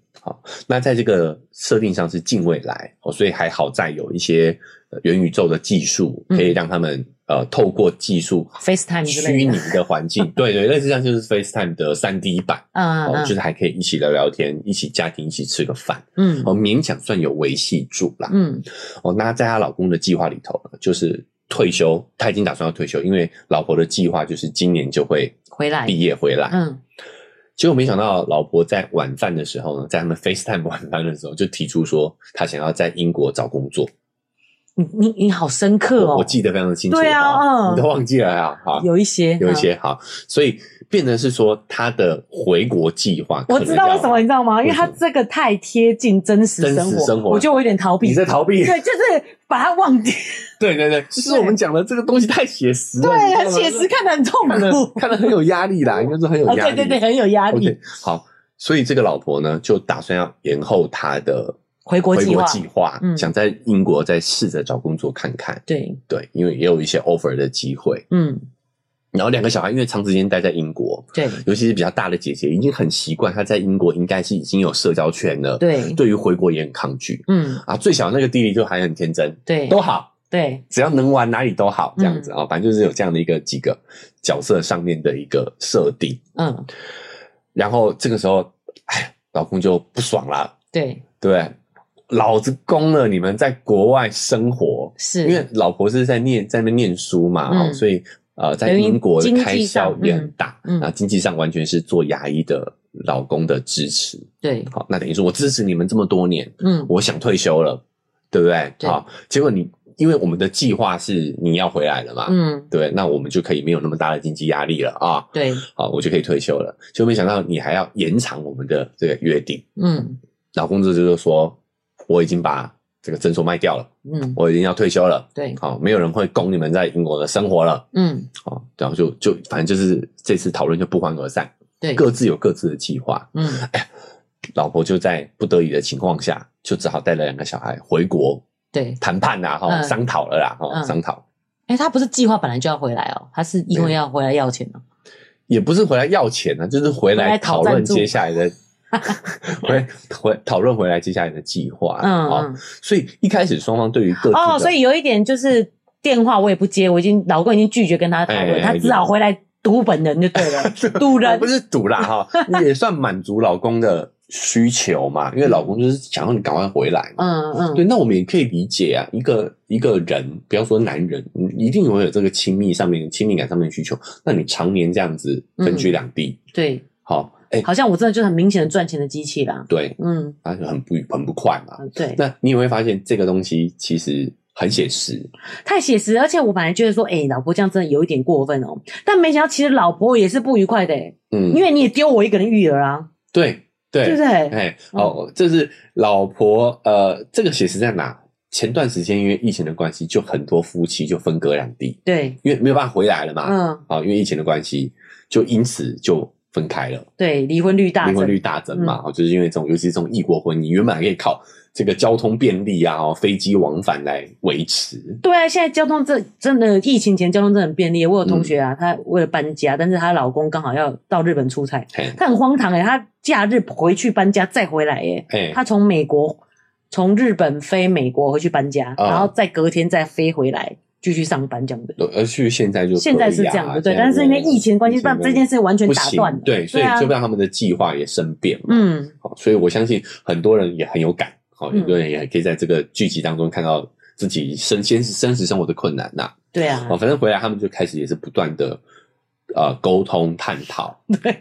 [SPEAKER 2] 那在这个设定上是近未来哦，所以还好在有一些呃元宇宙的技术，
[SPEAKER 1] 嗯
[SPEAKER 2] 可以让他们、呃透过技术
[SPEAKER 1] FaceTime 之
[SPEAKER 2] 虚
[SPEAKER 1] 类
[SPEAKER 2] 拟
[SPEAKER 1] 的，
[SPEAKER 2] 的环境，对对，类似像就是 FaceTime 的三 D 版。
[SPEAKER 1] 嗯
[SPEAKER 2] 哦，
[SPEAKER 1] 嗯
[SPEAKER 2] 就是还可以一起聊聊天，一起家庭一起吃个饭，
[SPEAKER 1] 嗯
[SPEAKER 2] 哦，勉强算有维系住啦。
[SPEAKER 1] 嗯
[SPEAKER 2] 哦，那在她老公的计划里头呢，就是退休，他已经打算要退休，因为老婆的计划就是今年就会
[SPEAKER 1] 回来
[SPEAKER 2] 毕业回来。
[SPEAKER 1] 嗯，
[SPEAKER 2] 结果没想到，老婆在晚饭的时候呢，在他们 FaceTime 晚饭的时候，就提出说她想要在英国找工作。
[SPEAKER 1] 你你你好深刻
[SPEAKER 2] 我
[SPEAKER 1] 哦，
[SPEAKER 2] 我记得非常的清楚，
[SPEAKER 1] 对啊
[SPEAKER 2] 哦
[SPEAKER 1] 嗯
[SPEAKER 2] 你都忘记了啊？好，
[SPEAKER 1] 有一些嗯
[SPEAKER 2] 有一，些好，所以变成是说她的回国计划，
[SPEAKER 1] 我知道为什么，你知道吗？因为
[SPEAKER 2] 为什
[SPEAKER 1] 他
[SPEAKER 2] 么
[SPEAKER 1] 这个太贴近真实
[SPEAKER 2] 真
[SPEAKER 1] 生
[SPEAKER 2] 实
[SPEAKER 1] 活，
[SPEAKER 2] 生活
[SPEAKER 1] 我觉得我有点逃避，
[SPEAKER 2] 你在逃避。
[SPEAKER 1] 对，就是把它忘记，
[SPEAKER 2] 对对对，就是
[SPEAKER 1] 对
[SPEAKER 2] 我们讲的这个东西太写实了，
[SPEAKER 1] 对，很
[SPEAKER 2] 你知道吗
[SPEAKER 1] 写实，看得很痛
[SPEAKER 2] 看得
[SPEAKER 1] 苦，
[SPEAKER 2] 看得很有压力 啦，应该说很有
[SPEAKER 1] 啊，
[SPEAKER 2] 压
[SPEAKER 1] 对
[SPEAKER 2] 力。
[SPEAKER 1] 对对， 很有压
[SPEAKER 2] OK，
[SPEAKER 1] 力。
[SPEAKER 2] 好，所以这个老婆呢，就打算要延后她的
[SPEAKER 1] 回国
[SPEAKER 2] 回
[SPEAKER 1] 计
[SPEAKER 2] 国
[SPEAKER 1] 划，
[SPEAKER 2] 计划，
[SPEAKER 1] 嗯
[SPEAKER 2] 想在英国再试着找工作看看。
[SPEAKER 1] 对，
[SPEAKER 2] 对，因为也有一些 offer 的机会。
[SPEAKER 1] 嗯，
[SPEAKER 2] 然后两个小孩因为长时间待在英国，
[SPEAKER 1] 对
[SPEAKER 2] 尤其是比较大的姐姐，已经很习惯她在英国应该是已经有社交圈了。，
[SPEAKER 1] 对，
[SPEAKER 2] 对于回国也很抗拒
[SPEAKER 1] 嗯，
[SPEAKER 2] 啊。最小那个弟弟就还很天真，
[SPEAKER 1] 对
[SPEAKER 2] 都好，
[SPEAKER 1] 对，
[SPEAKER 2] 只要能玩哪里都
[SPEAKER 1] 嗯
[SPEAKER 2] 好，这样子啊、反正就是有这样的一个几个角色上面的一个设定。
[SPEAKER 1] 嗯，
[SPEAKER 2] 然后这个时候，哎，老公就不爽啦，
[SPEAKER 1] 对，
[SPEAKER 2] 对不对？老子攻了你们在国外生活，
[SPEAKER 1] 是
[SPEAKER 2] 因为老婆是在念在那边念书嘛，
[SPEAKER 1] 嗯
[SPEAKER 2] 哦，所以呃，在
[SPEAKER 1] 等于
[SPEAKER 2] 英国的
[SPEAKER 1] 经济
[SPEAKER 2] 开销也很
[SPEAKER 1] 上
[SPEAKER 2] 大，
[SPEAKER 1] 嗯嗯
[SPEAKER 2] 啊，经济上完全是做牙医的老公的支持。
[SPEAKER 1] 对，
[SPEAKER 2] 好，那等于说我支持你们这么多年，
[SPEAKER 1] 嗯，
[SPEAKER 2] 我想退休了，对不对？
[SPEAKER 1] 对
[SPEAKER 2] 好，结果你因为我们的计划是你要回来了嘛，
[SPEAKER 1] 嗯，
[SPEAKER 2] 对，那我们就可以没有那么大的经济压力了啊，
[SPEAKER 1] 对，
[SPEAKER 2] 好，我就可以退休了。就没想到你还要延长我们的这个约定。
[SPEAKER 1] 嗯
[SPEAKER 2] 老公这就是说，我已经把这个诊所卖掉了，
[SPEAKER 1] 嗯，
[SPEAKER 2] 我已经要退休了。
[SPEAKER 1] 对，
[SPEAKER 2] 好、哦没有人会供你们在英国的生活了，
[SPEAKER 1] 嗯，
[SPEAKER 2] 好、然后就就反正就是这次讨论就不欢而散，
[SPEAKER 1] 对，
[SPEAKER 2] 各自有各自的计划。
[SPEAKER 1] 嗯，
[SPEAKER 2] 老婆就在不得已的情况下，就只好带了两个小孩回国
[SPEAKER 1] 对，
[SPEAKER 2] 谈判啦，哈、
[SPEAKER 1] 嗯
[SPEAKER 2] 商讨了啦，哈、
[SPEAKER 1] 嗯
[SPEAKER 2] 商讨
[SPEAKER 1] 哎，他不是计划本来就要回来哦，他是因为
[SPEAKER 2] 对
[SPEAKER 1] 要回来要钱哦，
[SPEAKER 2] 也不是回来要钱啊，就是回
[SPEAKER 1] 回来
[SPEAKER 2] 来
[SPEAKER 1] 讨
[SPEAKER 2] 讨论
[SPEAKER 1] 赞助
[SPEAKER 2] 接下 来的，回回讨论回来接下来的计划，
[SPEAKER 1] 嗯
[SPEAKER 2] 好
[SPEAKER 1] 嗯，
[SPEAKER 2] 所以一开始双方对于哦各自的
[SPEAKER 1] 哦，所以有一点就是电话我也不接，我已经老公已经拒绝跟他讨论，
[SPEAKER 2] 哎哦
[SPEAKER 1] 他只好回来读本人就对 了，读人
[SPEAKER 2] 不，是赌 啦哈，也算满足老公的需求嘛，因为老公就是想要你赶快回来嘛。
[SPEAKER 1] 嗯嗯，
[SPEAKER 2] 对，那我们也可以理解啊，一个一个人，不要说男人，你一定会有这个亲密上面、亲密感上面的需求。那你常年这样子分居两地，
[SPEAKER 1] 对，
[SPEAKER 2] 好、哎、
[SPEAKER 1] 好像我真的就是很明显的赚钱的机器啦，
[SPEAKER 2] 对，
[SPEAKER 1] 嗯，呃
[SPEAKER 2] 那就很不很不快嘛。
[SPEAKER 1] 对，
[SPEAKER 2] 那你也会发现这个东西其实很写实，
[SPEAKER 1] 太写实，而且我本来觉得说，哎、老婆这样真的有一点过分哦，但没想到其实老婆也是不愉快的、欸，
[SPEAKER 2] 嗯
[SPEAKER 1] 因，为你也丢我一个人育儿啊，
[SPEAKER 2] 对对
[SPEAKER 1] 对不对？
[SPEAKER 2] 哎，哦，这是老婆，呃，这个写实在哪？前段时间因为疫情的关系，就很多夫妻就分隔两地，
[SPEAKER 1] 对，
[SPEAKER 2] 因为没有办法回来了嘛，
[SPEAKER 1] 嗯，
[SPEAKER 2] 啊、因为疫情的关系，就因此就分开了，
[SPEAKER 1] 对，离婚率大嗯
[SPEAKER 2] 离婚率
[SPEAKER 1] 增，
[SPEAKER 2] 大增嘛，哦，就是因为这种，尤其是这种异国婚姻，原本还可以靠这个交通便利啊，哦，飞机往返来维持，
[SPEAKER 1] 对啊，现在交通这真的疫情前交通真的很便利。我有同
[SPEAKER 2] 嗯
[SPEAKER 1] 学啊，她、为了搬家，但是她老公刚好要到日本出差，
[SPEAKER 2] 嘿，
[SPEAKER 1] 她很荒唐哎、她假日回去搬家再回来哎、
[SPEAKER 2] 哎，
[SPEAKER 1] 她从美国从日本飞美国回去搬家，
[SPEAKER 2] 啊
[SPEAKER 1] 然后再隔天再飞回来继续上班这样的。
[SPEAKER 2] 而去现在就可以啊、
[SPEAKER 1] 现在是这样的，对，
[SPEAKER 2] 现在
[SPEAKER 1] 但是因为疫情的关系，
[SPEAKER 2] 疫情的
[SPEAKER 1] 让这件事完全
[SPEAKER 2] 不
[SPEAKER 1] 打断了
[SPEAKER 2] 行，，对，所以
[SPEAKER 1] 啊
[SPEAKER 2] 就让他们的计划也生变嘛，
[SPEAKER 1] 嗯，
[SPEAKER 2] 好，所以我相信很多人也很有感，好，
[SPEAKER 1] 嗯
[SPEAKER 2] 很多人也可以在这个剧集当中看到自己身先是真实生活的困难呐、
[SPEAKER 1] 对啊
[SPEAKER 2] 哦好，，反正回来他们就开始也是不断的呃沟通探讨。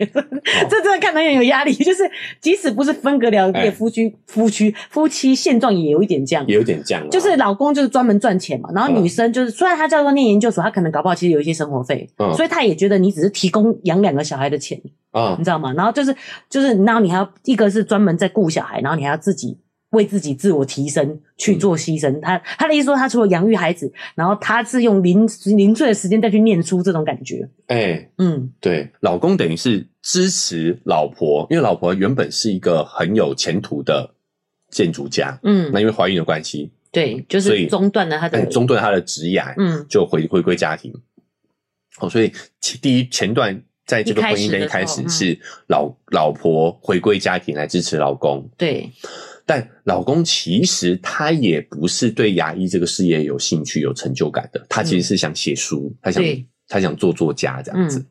[SPEAKER 1] 这真的看得很有压力，就是即使不是分隔两地
[SPEAKER 2] 哎
[SPEAKER 1] 的夫妻、夫妻夫妻现状也有一点这样，
[SPEAKER 2] 也有啊点这样啦，
[SPEAKER 1] 就是老公就是专门赚钱嘛，然后女生就是、虽然她叫做念研究所，她可能搞不好其实有一些生活费，
[SPEAKER 2] 嗯
[SPEAKER 1] 所以她也觉得你只是提供养两个小孩的钱，
[SPEAKER 2] 啊
[SPEAKER 1] 你知道吗？然后就是就是，然后你还要一个是专门在顾小孩，然后你还要自己为自己自我提升去做牺牲。她她的意思说，她除了养育孩子，然后她是用零零碎的时间再去念书这种感觉，
[SPEAKER 2] 哎、
[SPEAKER 1] 嗯。
[SPEAKER 2] 对，老公等于是支持老婆，因为老婆原本是一个很有前途的建筑家，
[SPEAKER 1] 嗯
[SPEAKER 2] 那，因为怀孕的关系，
[SPEAKER 1] 对，就
[SPEAKER 2] 所
[SPEAKER 1] 是
[SPEAKER 2] 以
[SPEAKER 1] 中断了他的
[SPEAKER 2] 哎，中断她的职涯，
[SPEAKER 1] 嗯
[SPEAKER 2] 就回回归家庭。哦，所以其第一前段在这个婚姻的
[SPEAKER 1] 一
[SPEAKER 2] 嗯一开始
[SPEAKER 1] 开始
[SPEAKER 2] 是老、老婆回归家庭来支持老公，
[SPEAKER 1] 对，
[SPEAKER 2] 但老公其实他也不是对牙医这个事业有兴趣、有成就感的，他其实是想写书，他
[SPEAKER 1] 嗯
[SPEAKER 2] 想
[SPEAKER 1] 对
[SPEAKER 2] 他想做作家这样子，
[SPEAKER 1] 嗯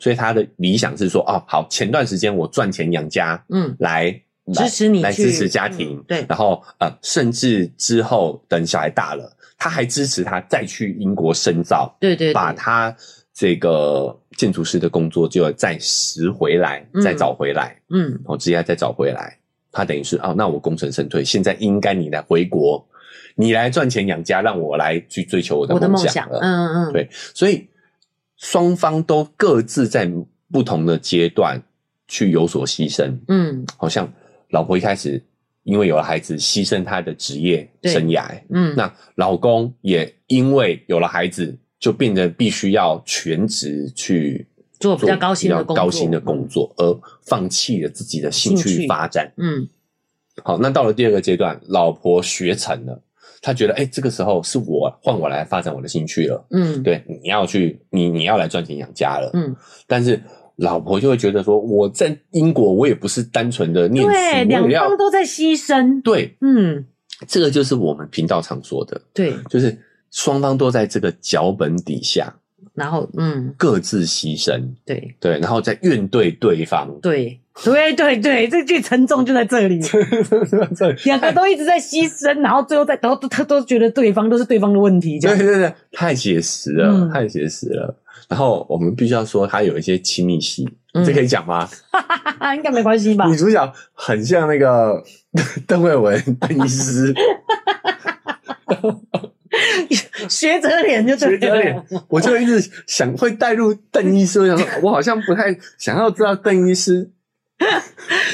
[SPEAKER 2] 所以他的理想是说，哦，好，前段时间我赚钱养家，
[SPEAKER 1] 嗯，
[SPEAKER 2] 来
[SPEAKER 1] 支
[SPEAKER 2] 来
[SPEAKER 1] 持你
[SPEAKER 2] 来
[SPEAKER 1] 去
[SPEAKER 2] 支持家庭，
[SPEAKER 1] 嗯对
[SPEAKER 2] 然后呃，甚至之后等小孩大了，他还支持他再去英国深造，
[SPEAKER 1] 对对对，
[SPEAKER 2] 把他这个建筑师的工作就要再拾回来，
[SPEAKER 1] 嗯
[SPEAKER 2] 再找回来。
[SPEAKER 1] 嗯，
[SPEAKER 2] 哦，职业再找回来，他等于是哦，那我功成身退，现在应该你来回国，你来赚钱养家，让我来去追求我
[SPEAKER 1] 我的
[SPEAKER 2] 的
[SPEAKER 1] 梦
[SPEAKER 2] 想
[SPEAKER 1] 想，
[SPEAKER 2] 了。
[SPEAKER 1] 嗯嗯，
[SPEAKER 2] 对所以双方都各自在不同的阶段去有所牺牲，
[SPEAKER 1] 嗯
[SPEAKER 2] 好像老婆一开始因为有了孩子，牺牲她的职业
[SPEAKER 1] 对
[SPEAKER 2] 生涯，
[SPEAKER 1] 嗯，
[SPEAKER 2] 那老公也因为有了孩子，就变得必须要全职去
[SPEAKER 1] 做比较高薪的
[SPEAKER 2] 比较
[SPEAKER 1] 工
[SPEAKER 2] 高
[SPEAKER 1] 作
[SPEAKER 2] 薪的工作，而放弃了自己的兴
[SPEAKER 1] 兴
[SPEAKER 2] 趣
[SPEAKER 1] 趣
[SPEAKER 2] 发展。
[SPEAKER 1] 嗯
[SPEAKER 2] 好，那到了第二个阶段，老婆学成了，她觉得，哎、这个时候是我换我来发展我的兴趣了。
[SPEAKER 1] 嗯，
[SPEAKER 2] 对，你要去，你你要来赚钱养家了。
[SPEAKER 1] 嗯，
[SPEAKER 2] 但是老婆就会觉得说，我在英国，我也不是单纯的念书，
[SPEAKER 1] 对，
[SPEAKER 2] 我
[SPEAKER 1] 两
[SPEAKER 2] 也要
[SPEAKER 1] 方都在牺牲，
[SPEAKER 2] 对，
[SPEAKER 1] 嗯，
[SPEAKER 2] 这个就是我们频道常说的，
[SPEAKER 1] 对，
[SPEAKER 2] 就是双方都在这个脚本底下
[SPEAKER 1] 然后嗯，
[SPEAKER 2] 各自牺牲，
[SPEAKER 1] 对。
[SPEAKER 2] 对，然后再怨对对方
[SPEAKER 1] 对对对对，这句沉重就在这里，
[SPEAKER 2] 对
[SPEAKER 1] 两个都一直在牺牲，然后最后再都都都觉得对方都是对方的问题，这
[SPEAKER 2] 对
[SPEAKER 1] 样，
[SPEAKER 2] 对对，太写实了，
[SPEAKER 1] 嗯
[SPEAKER 2] 太写实了。然后我们必须要说，他有一些亲密戏，
[SPEAKER 1] 嗯
[SPEAKER 2] 这可以讲吗？
[SPEAKER 1] 哈哈，应该没关系吧
[SPEAKER 2] 女？主角很像那个 邓慧文邓医 师，
[SPEAKER 1] 学者脸就对
[SPEAKER 2] 学者
[SPEAKER 1] 了
[SPEAKER 2] 脸，我就一直想会带入邓医师，我想说，我好像不太想要知道邓医师，
[SPEAKER 1] 就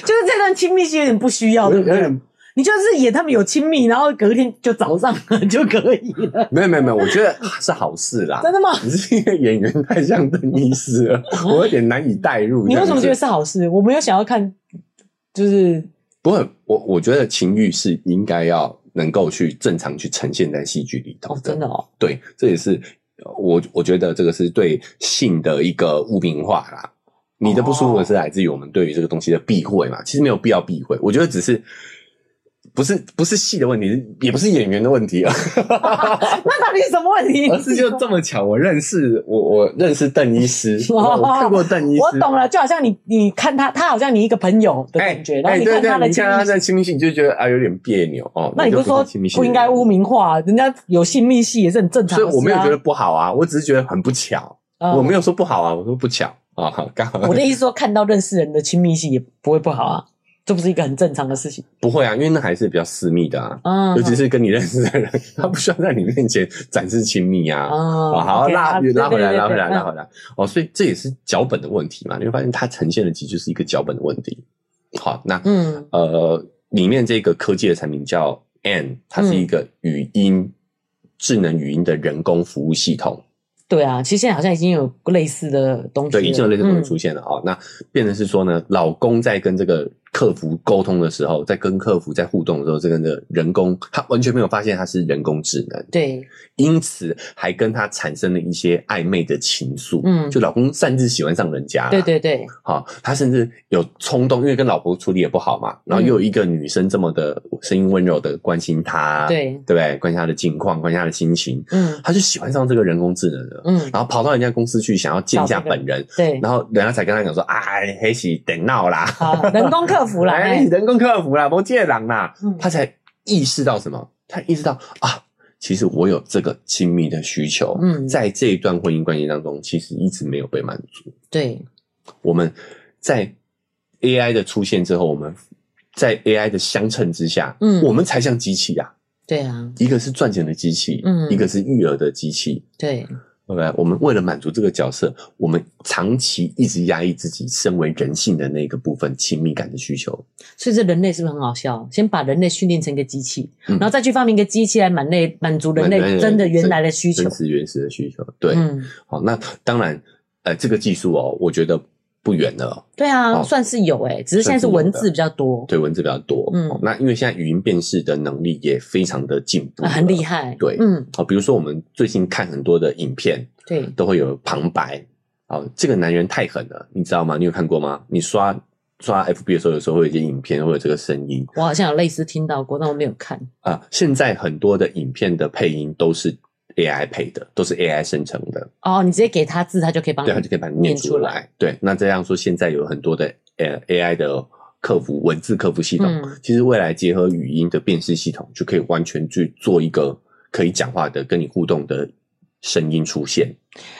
[SPEAKER 1] 是这段亲密是有点不需要，
[SPEAKER 2] 我
[SPEAKER 1] 对
[SPEAKER 2] 有
[SPEAKER 1] 不对？
[SPEAKER 2] 点
[SPEAKER 1] 你就是演他们有亲密，然后隔天就早上 了就可以了，
[SPEAKER 2] 没有没有没有，我觉得是好事啦。
[SPEAKER 1] 真的吗？
[SPEAKER 2] 只是因为演员太像邓医师了，我有点难以代入。
[SPEAKER 1] 你为什么觉得
[SPEAKER 2] 这样子？
[SPEAKER 1] 是好事？我没有想要看，就是
[SPEAKER 2] 不过我我觉得情欲是应该要能够去正常去呈现在戏剧里头
[SPEAKER 1] 哦，真的哦，
[SPEAKER 2] 对，这也是呃我我觉得这个是对性的一个污名化啦。你的不舒服是
[SPEAKER 1] 哦
[SPEAKER 2] 来自于我们对于这个东西的避讳嘛？其实没有必要避讳，我觉得只是不是不是戏的问题，是也不是演员的问题啊。
[SPEAKER 1] 那到底是什么问题？
[SPEAKER 2] 而是就这么巧，我认识我我认识邓医 师，我
[SPEAKER 1] 哦
[SPEAKER 2] 我看过邓医师，
[SPEAKER 1] 我懂了，就好像你你看他，他好像你一个朋友的
[SPEAKER 2] 哎
[SPEAKER 1] 感觉，然
[SPEAKER 2] 哎
[SPEAKER 1] 后你
[SPEAKER 2] 对
[SPEAKER 1] 看
[SPEAKER 2] 对，
[SPEAKER 1] 他的
[SPEAKER 2] 你
[SPEAKER 1] 亲
[SPEAKER 2] 看他
[SPEAKER 1] 密
[SPEAKER 2] 在亲密性就觉得啊有点别扭哦。
[SPEAKER 1] 那你
[SPEAKER 2] 就
[SPEAKER 1] 不是说
[SPEAKER 2] 是亲密性
[SPEAKER 1] 不应该污
[SPEAKER 2] 人，
[SPEAKER 1] 名化？啊人家有亲密戏也是很正常
[SPEAKER 2] 所以
[SPEAKER 1] 的事啊。
[SPEAKER 2] 我没有觉得不好啊，我只是觉得很不巧，
[SPEAKER 1] 嗯
[SPEAKER 2] 我没有说不好啊，我说不巧啊，刚好
[SPEAKER 1] 我的意思说，看到认识人的亲密戏也不会不好啊，这不是一个很正常的事情。
[SPEAKER 2] 不会啊，因为那还是比较私密的啊，
[SPEAKER 1] 嗯，
[SPEAKER 2] 尤其是跟你认识的人，他不需要在你面前展示亲密啊。
[SPEAKER 1] 啊
[SPEAKER 2] 啊，好，拉拉回来，拉回
[SPEAKER 1] OK，啊对对
[SPEAKER 2] 来，拉。
[SPEAKER 1] 对对
[SPEAKER 2] 回来。哦，所以这也是脚本的问题嘛。你会发现它呈现的其实就是一个脚本的问题。好，那
[SPEAKER 1] 嗯，
[SPEAKER 2] 呃，里面这个科技的产品叫 N，它是一个
[SPEAKER 1] 嗯
[SPEAKER 2] 语音、智能语音的人工服务系统。
[SPEAKER 1] 对啊，其实现在好像已经有类似的东西了，
[SPEAKER 2] 对，已经有类似的东西
[SPEAKER 1] 嗯
[SPEAKER 2] 出现了哦。那变成是说呢，老公在跟这个客服沟通的时候，在跟客服在互动的时候，这个呢人工他完全没有发现他是人工智能，
[SPEAKER 1] 对，
[SPEAKER 2] 因此还跟他产生了一些暧昧的情愫。
[SPEAKER 1] 嗯
[SPEAKER 2] 就老公擅自喜欢上人家啦，啊
[SPEAKER 1] 对对对，
[SPEAKER 2] 好、他甚至有冲动，因为跟老婆处理也不好嘛，然
[SPEAKER 1] 嗯
[SPEAKER 2] 后又有一个女生这么的声音温柔的关心他，
[SPEAKER 1] 对
[SPEAKER 2] 对不对？关心他的近况，关心他的心情，
[SPEAKER 1] 嗯
[SPEAKER 2] 他就喜欢上这个人工智能了，
[SPEAKER 1] 嗯，
[SPEAKER 2] 然后跑到人家公司去想要见一下
[SPEAKER 1] 找这个
[SPEAKER 2] 本人，
[SPEAKER 1] 对，
[SPEAKER 2] 然后人家才跟他讲说啊，黑喜等闹啦，
[SPEAKER 1] 好，人工客服啦，
[SPEAKER 2] 哎，
[SPEAKER 1] 哎
[SPEAKER 2] 人工客服啦，不借狼啦，
[SPEAKER 1] 嗯
[SPEAKER 2] 他才意识到什么？他意识到啊，其实我有这个亲密的需求，
[SPEAKER 1] 嗯
[SPEAKER 2] 在这一段婚姻关系当中，其实一直没有被满足。
[SPEAKER 1] 对，
[SPEAKER 2] 我们在 AI 的出现之后，我们在 AI 的相称之下，
[SPEAKER 1] 嗯
[SPEAKER 2] 我们才像机器呀、
[SPEAKER 1] 对啊，
[SPEAKER 2] 一个是赚钱的机器，
[SPEAKER 1] 嗯
[SPEAKER 2] 一个是育儿的机器。
[SPEAKER 1] 对，
[SPEAKER 2] 对不对？我们为了满足这个角色，我们长期一直压抑自己身为人性的那个部分亲密感的需求。
[SPEAKER 1] 所以这人类是不是很好笑？先把人类训练成一个机器，
[SPEAKER 2] 嗯
[SPEAKER 1] 然后再去发明一个机器来满类满足人
[SPEAKER 2] 满足人
[SPEAKER 1] 类
[SPEAKER 2] 类
[SPEAKER 1] 真的原来的需求
[SPEAKER 2] 真。实原始的需求。对，
[SPEAKER 1] 嗯，
[SPEAKER 2] 好，那当然，呃，这个技术哦，我觉得不远了哦、
[SPEAKER 1] 对啊，
[SPEAKER 2] 哦
[SPEAKER 1] 算是有诶、只是现在是文字比较多，
[SPEAKER 2] 对文字比较多。
[SPEAKER 1] 嗯
[SPEAKER 2] 哦那因为现在语音辨识的能力也非常的进步、
[SPEAKER 1] 啊很厉。害。
[SPEAKER 2] 对
[SPEAKER 1] 嗯，
[SPEAKER 2] 好，比如说我们最近看很多的影片
[SPEAKER 1] 对，
[SPEAKER 2] 都会有旁白。哦，这个男人太狠了，你知道吗？你有看过吗？你刷刷 FB 的时候，有时候会有一些影片会有这个声音
[SPEAKER 1] 我好像有类似听到过，但我没有看。
[SPEAKER 2] 啊、现在很多的影片的配音都是 AI 配的，都是 AI 生成的。
[SPEAKER 1] 哦，你直接给他字，他就可以帮你
[SPEAKER 2] 对，他就可以把你嗯念出来。对，那这样说，现在有很多的呃 AI 的客服文字客服系统，
[SPEAKER 1] 嗯
[SPEAKER 2] 其实未来结合语音的辨识系统，就可以完全去做一个可以讲话的、跟你互动的声音出现。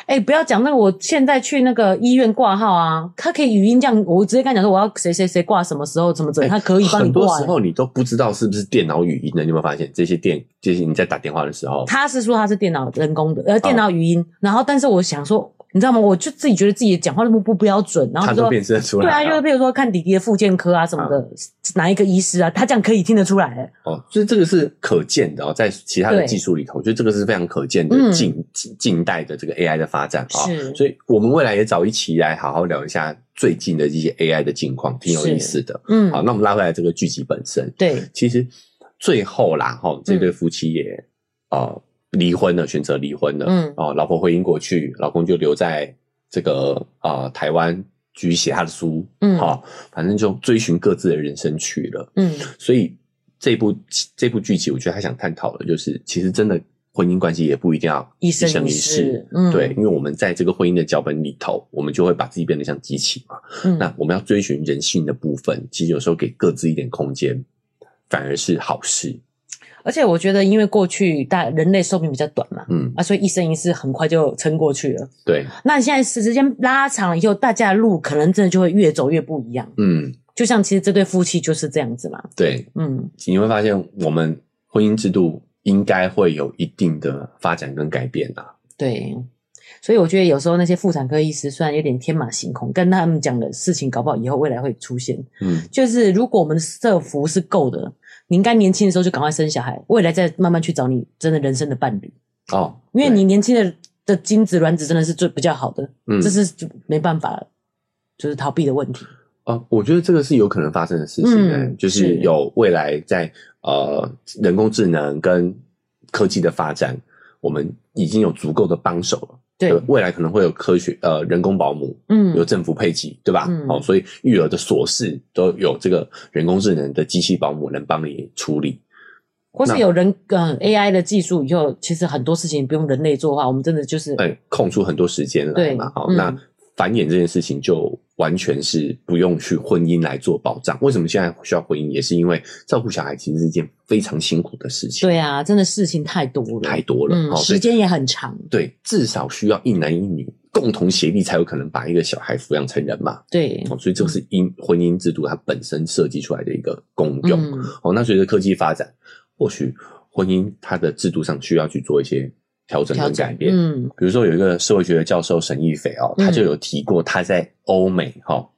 [SPEAKER 1] 哎、不要讲那个，我现在去那个医院挂号啊，他可以语音这样，我直接跟他讲说我要谁谁谁挂什么时候怎么怎么，他可以帮你
[SPEAKER 2] 哎很多
[SPEAKER 1] 挂、
[SPEAKER 2] 时
[SPEAKER 1] 欸。
[SPEAKER 2] 候你都不知道是不是电脑语音的，你有没有发现这些电这些你在打电话的时候，
[SPEAKER 1] 他是说他是电脑人工的，呃，电
[SPEAKER 2] 哦
[SPEAKER 1] 脑语音。然后，但是我想说，你知道吗？我就自己觉得自己讲话那么不标准，然后
[SPEAKER 2] 它
[SPEAKER 1] 就
[SPEAKER 2] 都
[SPEAKER 1] 说
[SPEAKER 2] 辨识得出
[SPEAKER 1] 对
[SPEAKER 2] 来、嗯
[SPEAKER 1] 啊，就是比如说看弟弟的复健科啊什么的，哪一个医师啊，他这样可以听得出来、欸。
[SPEAKER 2] 哦，所以这个是可见的哦，在其他的
[SPEAKER 1] 对
[SPEAKER 2] 技术里头，我觉得这个是非常可见
[SPEAKER 1] 嗯
[SPEAKER 2] 的近、近近代的这个 AI 的发展啊、
[SPEAKER 1] 是
[SPEAKER 2] 所以我们未来也找一期来好好聊一下最近的一些 AI 的近况，挺有意思的。
[SPEAKER 1] 嗯，
[SPEAKER 2] 好，那我们拉回来这个剧集本身，
[SPEAKER 1] 对，
[SPEAKER 2] 其实最后啦，哈、这
[SPEAKER 1] 嗯
[SPEAKER 2] 对夫妻也呃离婚了，选择离婚了。
[SPEAKER 1] 嗯
[SPEAKER 2] 哦，老婆回英国去，老公就留在这个啊、呃台湾继续写他的书。
[SPEAKER 1] 嗯
[SPEAKER 2] 好、反正就追寻各自的人生去了。
[SPEAKER 1] 嗯，
[SPEAKER 2] 所以这部这部剧集，我觉得他想探讨的就是，其实真的婚姻关系也不一定要
[SPEAKER 1] 一生
[SPEAKER 2] 生
[SPEAKER 1] 一
[SPEAKER 2] 世
[SPEAKER 1] 世。，嗯，
[SPEAKER 2] 对，因为我们在这个婚姻的脚本里头，我们就会把自己变得像机器嘛。
[SPEAKER 1] 嗯，
[SPEAKER 2] 那我们要追寻人性的部分，其实有时候给各自一点空间，反而是好事。
[SPEAKER 1] 而且我觉得，因为过去大人类寿命比较短嘛，
[SPEAKER 2] 嗯，
[SPEAKER 1] 啊，所以一生一世很快就撑过去了。
[SPEAKER 2] 对，
[SPEAKER 1] 那现在时间拉长了以后，大家的路可能真的就会越走越不一样。
[SPEAKER 2] 嗯，
[SPEAKER 1] 就像其实这对夫妻就是这样子嘛，
[SPEAKER 2] 对，
[SPEAKER 1] 嗯，
[SPEAKER 2] 你会发现我们婚姻制度应该会有一定的发展跟改变啊。
[SPEAKER 1] 对。所以我觉得有时候那些妇产科医师虽然有点天马行空，跟他们讲的事情，搞不好以后未来会出现。
[SPEAKER 2] 嗯，
[SPEAKER 1] 就是如果我们的社服是够的，你应该年轻的时候就赶快生小孩，未来再慢慢去找你真的人生的伴侣，
[SPEAKER 2] 哦，
[SPEAKER 1] 因为
[SPEAKER 2] 对
[SPEAKER 1] 你年轻的的精子卵子真的是最比较好的，
[SPEAKER 2] 嗯
[SPEAKER 1] 这是就没办法，就是逃避的问题。
[SPEAKER 2] 哦，我觉得这个是有可能发生的事情、欸，
[SPEAKER 1] 嗯
[SPEAKER 2] 就是
[SPEAKER 1] 是
[SPEAKER 2] 有未来在呃人工智能跟科技的发展，我们已经有足够的帮手了。
[SPEAKER 1] 对，
[SPEAKER 2] 未来可能会有科学呃人工保姆，
[SPEAKER 1] 嗯，
[SPEAKER 2] 有政府配给，对吧？
[SPEAKER 1] 嗯
[SPEAKER 2] 哦，所以育儿的琐事都有这个人工智能的机器保姆能帮你处理。
[SPEAKER 1] 或是
[SPEAKER 2] 那
[SPEAKER 1] 有人嗯 AI 的技术以后，其实很多事情不用人类做的话，我们真的就是
[SPEAKER 2] 哎，空出很多时间来
[SPEAKER 1] 对
[SPEAKER 2] 嘛。好、
[SPEAKER 1] 嗯
[SPEAKER 2] 那繁衍这件事情就完全是不用去婚姻来做保障。为什么现在需要婚姻？也是因为照顾小孩其实是一件非常辛苦的事情，
[SPEAKER 1] 对啊，真的事情太多了，
[SPEAKER 2] 太多了。
[SPEAKER 1] 嗯，
[SPEAKER 2] 哦，所
[SPEAKER 1] 时
[SPEAKER 2] 以
[SPEAKER 1] 间也很长，
[SPEAKER 2] 对，至少需要一男一女共同协力，才有可能把一个小孩抚养成人嘛。
[SPEAKER 1] 对，
[SPEAKER 2] 哦，所以这个是因婚姻制度它本身设计出来的一个功用。
[SPEAKER 1] 嗯
[SPEAKER 2] 哦，那随着科技发展，或许婚姻它的制度上需要去做一些调整
[SPEAKER 1] 调
[SPEAKER 2] 跟
[SPEAKER 1] 整
[SPEAKER 2] 改变。
[SPEAKER 1] 嗯
[SPEAKER 2] 比如说有一个社会学的教授沈义斐哦，
[SPEAKER 1] 嗯
[SPEAKER 2] 他就有提过他在欧美哈、哦、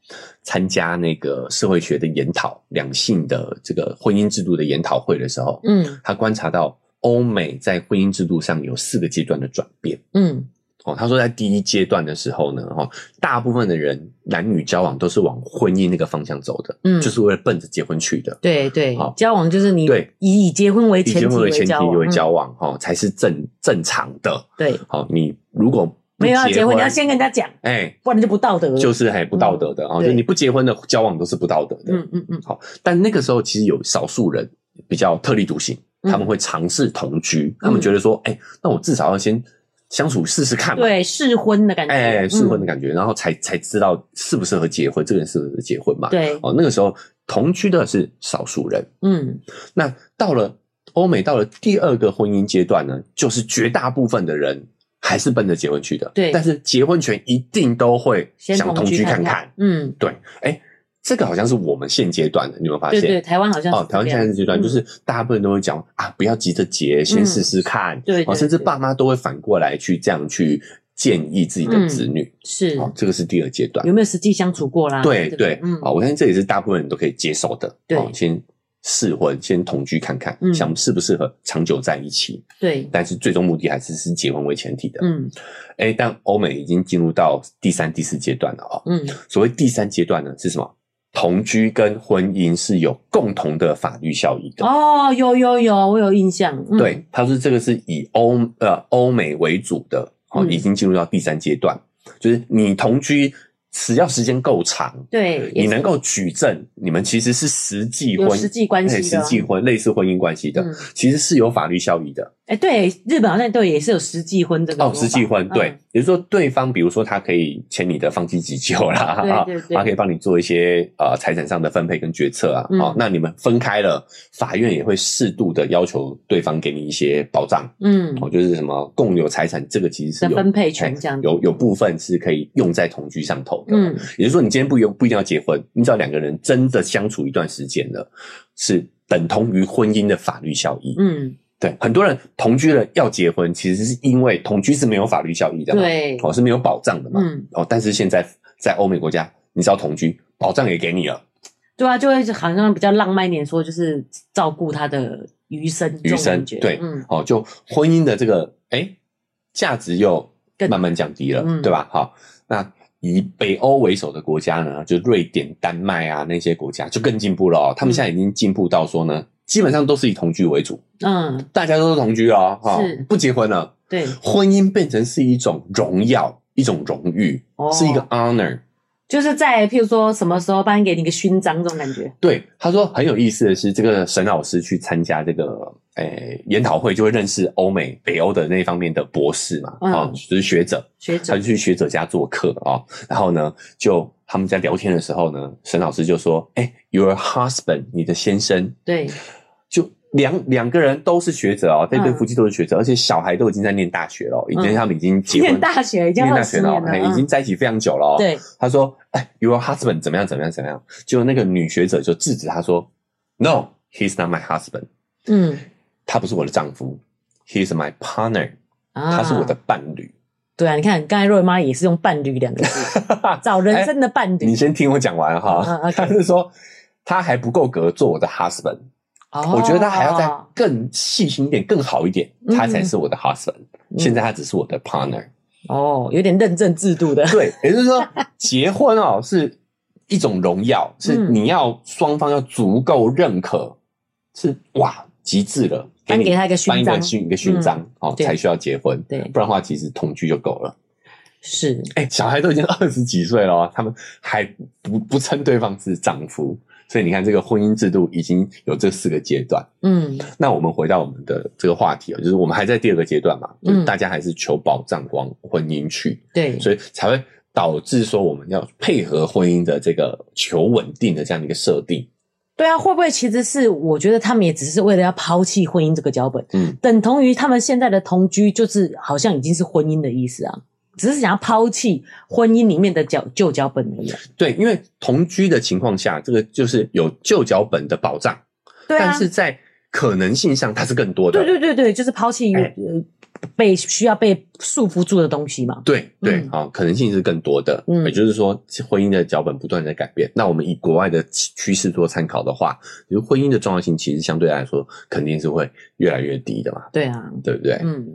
[SPEAKER 2] 参加那个社会学的研讨两性的这个婚姻制度的研讨会的时候，
[SPEAKER 1] 嗯
[SPEAKER 2] 他观察到欧美在婚姻制度上有四个阶段的转变。
[SPEAKER 1] 嗯，
[SPEAKER 2] 哦，他说在第一阶段的时候呢，哈、哦，大部分的人男女交往都是往婚姻那个方向走的，
[SPEAKER 1] 嗯
[SPEAKER 2] 就是为了奔着结婚去的。
[SPEAKER 1] 对对
[SPEAKER 2] 好，
[SPEAKER 1] 交往就是你
[SPEAKER 2] 对
[SPEAKER 1] 以以结婚为
[SPEAKER 2] 以
[SPEAKER 1] 前
[SPEAKER 2] 结
[SPEAKER 1] 提
[SPEAKER 2] 婚为前提
[SPEAKER 1] 交
[SPEAKER 2] 为
[SPEAKER 1] 往，嗯
[SPEAKER 2] 交往，哈、哦，才是正正常的。
[SPEAKER 1] 对，
[SPEAKER 2] 好、你如果不
[SPEAKER 1] 没有啊要结婚，
[SPEAKER 2] 婚，
[SPEAKER 1] 你要先跟人家讲，
[SPEAKER 2] 哎、
[SPEAKER 1] 不然就不道德了。
[SPEAKER 2] 就是很不道德的啊、
[SPEAKER 1] 嗯
[SPEAKER 2] 就
[SPEAKER 1] 对
[SPEAKER 2] 你不结婚的交往都是不道德的。
[SPEAKER 1] 嗯嗯嗯，
[SPEAKER 2] 但那个时候其实有少数人比较特立独行，
[SPEAKER 1] 嗯
[SPEAKER 2] 他们会尝试同居，他们觉得说，哎、那我至少要先相处试试看嘛。
[SPEAKER 1] 对，试婚的感觉，
[SPEAKER 2] 哎，试婚的
[SPEAKER 1] 嗯
[SPEAKER 2] 感觉，然后才才知道适不适合结婚，这个人适不适合结婚嘛？
[SPEAKER 1] 对，
[SPEAKER 2] 哦，那个时候同居的是少数人，
[SPEAKER 1] 嗯
[SPEAKER 2] 那到了欧美到了第二个婚姻阶段呢，就是绝大部分的人还是奔着结婚去的。
[SPEAKER 1] 对
[SPEAKER 2] 但是结婚前一定都会
[SPEAKER 1] 先
[SPEAKER 2] 想
[SPEAKER 1] 同
[SPEAKER 2] 同居看看
[SPEAKER 1] 看。。嗯，
[SPEAKER 2] 对，哎，这个好像是我们现阶段的，你有没有发
[SPEAKER 1] 对
[SPEAKER 2] 现？
[SPEAKER 1] 对，台湾好像
[SPEAKER 2] 哦，
[SPEAKER 1] 是
[SPEAKER 2] 台湾
[SPEAKER 1] 这
[SPEAKER 2] 现
[SPEAKER 1] 样
[SPEAKER 2] 在这阶段
[SPEAKER 1] 嗯
[SPEAKER 2] 就是大部分都会讲啊，不要急着结，先试试看。
[SPEAKER 1] 对
[SPEAKER 2] 哦，
[SPEAKER 1] 对
[SPEAKER 2] 甚至
[SPEAKER 1] 对
[SPEAKER 2] 爸妈都会反过来去这样去建议自己的
[SPEAKER 1] 嗯
[SPEAKER 2] 子女。
[SPEAKER 1] 是
[SPEAKER 2] 哦，这个是第二阶段。
[SPEAKER 1] 有没有实际相处过啦？
[SPEAKER 2] 对
[SPEAKER 1] 不
[SPEAKER 2] 对，
[SPEAKER 1] 嗯，
[SPEAKER 2] 啊，我相信这也是大部分人都可以接受的。
[SPEAKER 1] 对
[SPEAKER 2] 哦先试婚，先同居看看，
[SPEAKER 1] 嗯
[SPEAKER 2] 想适不适合长久在一起。
[SPEAKER 1] 对，
[SPEAKER 2] 但是最终目的还是是结婚为前提的。
[SPEAKER 1] 嗯
[SPEAKER 2] 哎，但欧美已经进入到第三、第四阶段了哦。
[SPEAKER 1] 嗯，
[SPEAKER 2] 所谓第三阶段呢，是什么？同居跟婚姻是有共同的法律效益的。
[SPEAKER 1] 哦，有有有，我有印象，嗯、
[SPEAKER 2] 对，他说这个是以欧呃欧美为主的，哦，
[SPEAKER 1] 嗯
[SPEAKER 2] 已经进入到第三阶段，就是你同居只要时间够长，
[SPEAKER 1] 对，也
[SPEAKER 2] 你
[SPEAKER 1] 是
[SPEAKER 2] 能够举证，你们其实是实际婚
[SPEAKER 1] 有实际关系
[SPEAKER 2] 哎
[SPEAKER 1] 的
[SPEAKER 2] 实
[SPEAKER 1] 啊
[SPEAKER 2] 际婚类似婚姻关系的，
[SPEAKER 1] 嗯
[SPEAKER 2] 其实是有法律效益的。
[SPEAKER 1] 哎、对，日本好像对也是有实际婚这个
[SPEAKER 2] 哦，
[SPEAKER 1] 说
[SPEAKER 2] 实际
[SPEAKER 1] 法
[SPEAKER 2] 婚对
[SPEAKER 1] 嗯，
[SPEAKER 2] 也就是说对方，比如说他可以签你的放弃急救啦，
[SPEAKER 1] 对
[SPEAKER 2] 啊
[SPEAKER 1] 对，对
[SPEAKER 2] 他可以帮你做一些呃财产上的分配跟决策啊，
[SPEAKER 1] 嗯
[SPEAKER 2] 哦，那你们分开了，法院也会适度的要求对方给你一些保障，
[SPEAKER 1] 嗯
[SPEAKER 2] 哦，就是什么共有财产，这个其实是
[SPEAKER 1] 的
[SPEAKER 2] 有
[SPEAKER 1] 分配权
[SPEAKER 2] 哎
[SPEAKER 1] 这样子
[SPEAKER 2] 有有部分是可以用在同居上头的。
[SPEAKER 1] 嗯，
[SPEAKER 2] 也就是说，你今天不用不一定要结婚，你只要两个人真的相处一段时间了，是等同于婚姻的法律效益。
[SPEAKER 1] 嗯，
[SPEAKER 2] 对，很多人同居了要结婚，其实是因为同居是没有法律效益的嘛，
[SPEAKER 1] 对，
[SPEAKER 2] 哦是没有保障的嘛。
[SPEAKER 1] 嗯，
[SPEAKER 2] 哦，但是现在在欧美国家，你只要同居，保障也给你了，
[SPEAKER 1] 对啊，就会好像比较浪漫一点说，就是照顾他的余生，这
[SPEAKER 2] 余
[SPEAKER 1] 种
[SPEAKER 2] 生
[SPEAKER 1] 感觉
[SPEAKER 2] 对
[SPEAKER 1] 嗯，
[SPEAKER 2] 哦，就婚姻的这个哎价值又
[SPEAKER 1] 更
[SPEAKER 2] 慢慢降低了，
[SPEAKER 1] 嗯
[SPEAKER 2] 对吧？好，那以北欧为首的国家呢，就瑞典、丹麦啊那些国家就更进步了、哦，他们现在已经进步到说呢，基本上都是以同居为主，
[SPEAKER 1] 嗯，
[SPEAKER 2] 大家都是同居哦，哈、
[SPEAKER 1] 是
[SPEAKER 2] 不结婚了，
[SPEAKER 1] 对，
[SPEAKER 2] 婚姻变成是一种荣耀，一种荣誉，
[SPEAKER 1] 哦
[SPEAKER 2] 是一个 honor。
[SPEAKER 1] 就是在譬如说什么时候颁给你一个勋章这种感觉，
[SPEAKER 2] 对，他说很有意思的是，这个沈老师去参加这个诶、研讨会，就会认识欧美、北欧的那方面的博士嘛，
[SPEAKER 1] 嗯
[SPEAKER 2] 哦，就是学者，
[SPEAKER 1] 学
[SPEAKER 2] 他
[SPEAKER 1] 者
[SPEAKER 2] 就去学者家做客哦。然后呢，就他们在聊天的时候呢，沈老师就说：“哎、y o u r husband，你的先生。”
[SPEAKER 1] 对，
[SPEAKER 2] 就两两个人都是学者哦，这对
[SPEAKER 1] 嗯
[SPEAKER 2] 夫妻都是学者，而且小孩都已经在念大学了，已经
[SPEAKER 1] 嗯
[SPEAKER 2] 他们已经结婚
[SPEAKER 1] 念，大学已经
[SPEAKER 2] 念
[SPEAKER 1] 二
[SPEAKER 2] 大
[SPEAKER 1] 十
[SPEAKER 2] 学了
[SPEAKER 1] 年
[SPEAKER 2] 哦，
[SPEAKER 1] 了，
[SPEAKER 2] 哎
[SPEAKER 1] 嗯
[SPEAKER 2] 已经在一起非常久了哦。
[SPEAKER 1] 对，
[SPEAKER 2] 他说：“哎，your husband 怎么样怎么样怎么样？”就那个女学者就制止他说：“No，he's not my husband，
[SPEAKER 1] 嗯，
[SPEAKER 2] 他不是我的丈夫，he's my partner，
[SPEAKER 1] 啊
[SPEAKER 2] 他是我的伴侣。
[SPEAKER 1] 对啊，你看刚才若妈也是用伴侣两个 字，找人生的伴
[SPEAKER 2] 哎你
[SPEAKER 1] 侣，
[SPEAKER 2] 先听我讲完
[SPEAKER 1] 嗯
[SPEAKER 2] 哈。
[SPEAKER 1] ，OK
[SPEAKER 2] 他是说他还不够格做我的 husband，
[SPEAKER 1] 哦
[SPEAKER 2] 我觉得他还要再更细心一点、更好一点，
[SPEAKER 1] 嗯
[SPEAKER 2] 他才是我的 husband。
[SPEAKER 1] 嗯
[SPEAKER 2] 现在他只是我的 partner。
[SPEAKER 1] 哦，有点认证制度 的，
[SPEAKER 2] 对，也就是 说，结婚哦是一种荣耀，是
[SPEAKER 1] 嗯
[SPEAKER 2] 你要双方要足够认可，是哇极致了，
[SPEAKER 1] 颁
[SPEAKER 2] 你
[SPEAKER 1] 给他一个勋
[SPEAKER 2] 颁一个
[SPEAKER 1] 章嗯
[SPEAKER 2] 勋一个勋章哦，
[SPEAKER 1] 对
[SPEAKER 2] 才需要结婚，
[SPEAKER 1] 对
[SPEAKER 2] 不然的话其实同居就够了。
[SPEAKER 1] 是，
[SPEAKER 2] 哎，小孩都已经二十几岁了哦，他们还不不称对方是丈夫，所以你看这个婚姻制度已经有这四个阶段。
[SPEAKER 1] 嗯，
[SPEAKER 2] 那我们回到我们的这个话题哦，就是我们还在第二个阶段嘛，就是
[SPEAKER 1] 嗯
[SPEAKER 2] 大家还是求保障往婚姻去，
[SPEAKER 1] 对，
[SPEAKER 2] 所以才会导致说我们要配合婚姻的这个求稳定的这样的一个设定。
[SPEAKER 1] 对啊，会不会其实是我觉得他们也只是为了要抛弃婚姻这个脚本，
[SPEAKER 2] 嗯，
[SPEAKER 1] 等同于他们现在的同居，就是好像已经是婚姻的意思啊，只是想要抛弃婚姻里面的脚旧脚本而已啊。
[SPEAKER 2] 对，因为同居的情况下，这个就是有旧脚本的保障，
[SPEAKER 1] 对啊
[SPEAKER 2] 但，是在可能性上它是更多的。
[SPEAKER 1] 对对对对，就是抛弃、
[SPEAKER 2] 哎
[SPEAKER 1] 呃被需要被束缚住的东西嘛。
[SPEAKER 2] 对对
[SPEAKER 1] 嗯，
[SPEAKER 2] 好、可能性是更多的。
[SPEAKER 1] 嗯
[SPEAKER 2] 也就是说，婚姻的脚本不断地在改变。那我们以国外的趋趋势做参考的话，就是婚姻的重要性其实相对来说肯定是会越来越低的嘛，
[SPEAKER 1] 对啊，
[SPEAKER 2] 对不对？
[SPEAKER 1] 嗯，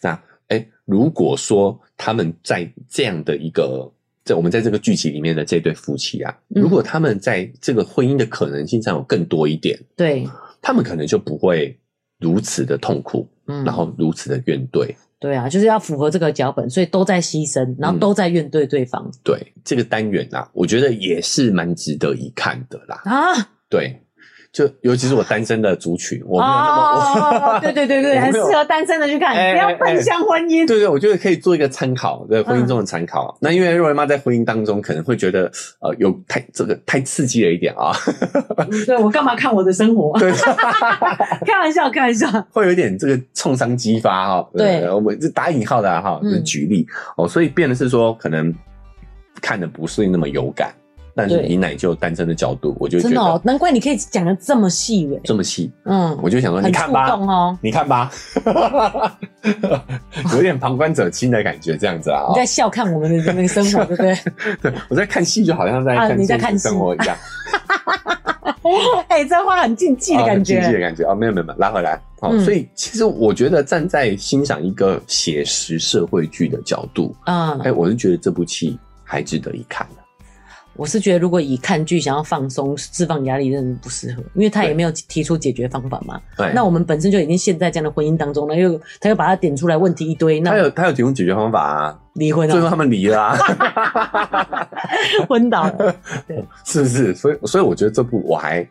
[SPEAKER 2] 那哎，诶如果说他们在这样的一个，在我们在这个剧集里面的这对夫妻啊，
[SPEAKER 1] 嗯
[SPEAKER 2] 如果他们在这个婚姻的可能性上有更多一点，
[SPEAKER 1] 对，
[SPEAKER 2] 他们可能就不会如此的痛苦，
[SPEAKER 1] 嗯，
[SPEAKER 2] 然后如此的怨怼。
[SPEAKER 1] 对啊，就是要符合这个脚本，所以都在牺牲，然后
[SPEAKER 2] 嗯
[SPEAKER 1] 都在怨对对方、
[SPEAKER 2] 对这个单元啊，我觉得也是蛮值得一看的啦。
[SPEAKER 1] 啊。
[SPEAKER 2] 对，就尤其是我单身的族群，我没有那么，
[SPEAKER 1] 哦， 对对对对，
[SPEAKER 2] 我没
[SPEAKER 1] 很适
[SPEAKER 2] 有
[SPEAKER 1] 合单身的去看，
[SPEAKER 2] 哎
[SPEAKER 1] 不要
[SPEAKER 2] 哎
[SPEAKER 1] 奔向婚姻。
[SPEAKER 2] 对对，我觉得可以做一个参考，对
[SPEAKER 1] 嗯
[SPEAKER 2] 婚姻中的参考。啊那因为瑞文妈在婚姻当中可能会觉得，呃，有太这个太刺激了一点啊，
[SPEAKER 1] 对我干嘛看我的生 活？
[SPEAKER 2] 对，
[SPEAKER 1] 开玩笑，开玩笑。
[SPEAKER 2] 会有点这个创伤激发哈、
[SPEAKER 1] 对
[SPEAKER 2] 我们是打引号的啊哈、
[SPEAKER 1] 嗯
[SPEAKER 2] 就是举例、哦，所以变的是说，可能看的不是那么有感，但是
[SPEAKER 1] 对
[SPEAKER 2] 以奶就单身的角度，我就觉
[SPEAKER 1] 真的哦
[SPEAKER 2] 得，
[SPEAKER 1] 难怪你可以讲的这么细微，
[SPEAKER 2] 这么细，
[SPEAKER 1] 嗯，
[SPEAKER 2] 我就想说，你
[SPEAKER 1] 很触
[SPEAKER 2] 看吧，
[SPEAKER 1] 动哦。
[SPEAKER 2] 你 看吧，有点旁观者清的感觉，这样 子啊、哦
[SPEAKER 1] 你在笑看我们的那个生 活，对不对？
[SPEAKER 2] 对，我在看戏就好像在
[SPEAKER 1] 啊
[SPEAKER 2] 看
[SPEAKER 1] 你在
[SPEAKER 2] 现
[SPEAKER 1] 看
[SPEAKER 2] 实
[SPEAKER 1] 戏
[SPEAKER 2] 生活一 样，
[SPEAKER 1] 哎、这话很禁忌的
[SPEAKER 2] 啊
[SPEAKER 1] 感
[SPEAKER 2] 很
[SPEAKER 1] 觉。
[SPEAKER 2] 竞技的感觉哦，没有没有没有，拉回来。好、
[SPEAKER 1] 嗯
[SPEAKER 2] 所以其实我觉得站在欣赏一个写实社会剧的角度，
[SPEAKER 1] 嗯
[SPEAKER 2] 哎、，我是觉得这部戏还值得一看的。
[SPEAKER 1] 我是觉得如果以看剧想要放松、释放压力，真的不适合，因为他也
[SPEAKER 2] 对
[SPEAKER 1] 没有提出解决方法嘛。
[SPEAKER 2] 对，
[SPEAKER 1] 那我们本身就已经陷在这样的婚姻当中了，又他又把它点出来问题一堆，
[SPEAKER 2] 他
[SPEAKER 1] 那
[SPEAKER 2] 有他有提供解决方法啊，
[SPEAKER 1] 离婚
[SPEAKER 2] 最后
[SPEAKER 1] 了，
[SPEAKER 2] 他们 离了、啊，
[SPEAKER 1] 昏 倒了，
[SPEAKER 2] 是不是？所以所以我觉得这部我还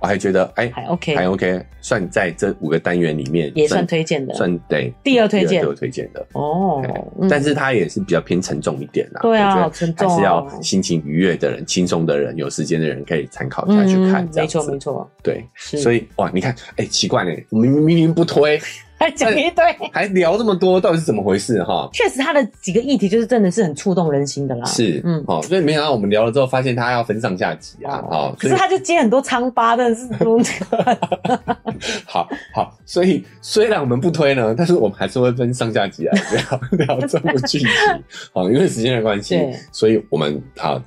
[SPEAKER 2] 我还觉得哎、
[SPEAKER 1] 还 OK，
[SPEAKER 2] 还 OK，算在这五个单元里面
[SPEAKER 1] 也算推荐的
[SPEAKER 2] 算对
[SPEAKER 1] 第二推荐
[SPEAKER 2] 第二推荐的。
[SPEAKER 1] 哦
[SPEAKER 2] 哎。
[SPEAKER 1] 嗯
[SPEAKER 2] 但是它也是比较偏沉重一点啦。
[SPEAKER 1] 对啊
[SPEAKER 2] 我觉得
[SPEAKER 1] 好沉重哦
[SPEAKER 2] 还是要心情愉悦的人、轻松的人、有时间的人可以参考一下去看。
[SPEAKER 1] 嗯
[SPEAKER 2] 这
[SPEAKER 1] 没
[SPEAKER 2] 样
[SPEAKER 1] 错
[SPEAKER 2] 子
[SPEAKER 1] 没错，
[SPEAKER 2] 对，
[SPEAKER 1] 是。
[SPEAKER 2] 所
[SPEAKER 1] 以
[SPEAKER 2] 以哇，你看，哎，奇怪呢，我们明明不推，
[SPEAKER 1] 还讲
[SPEAKER 2] 哎
[SPEAKER 1] 一堆，
[SPEAKER 2] 还聊这么多，到底是怎么回事哈？
[SPEAKER 1] 确实他的几个议题就是真的是很触动人心的啦。
[SPEAKER 2] 是，
[SPEAKER 1] 嗯
[SPEAKER 2] 嗯，哦，所以没想到我们聊了之后，发现他要分上下集啊，哦，
[SPEAKER 1] 可
[SPEAKER 2] 所
[SPEAKER 1] 是
[SPEAKER 2] 以
[SPEAKER 1] 他就接很多疮疤，真的是
[SPEAKER 2] 好好，所以虽然我们不推呢，但是我们还是会分上下集来聊聊这部剧集，哦，因为时间的关系
[SPEAKER 1] 对，
[SPEAKER 2] 所以我们啊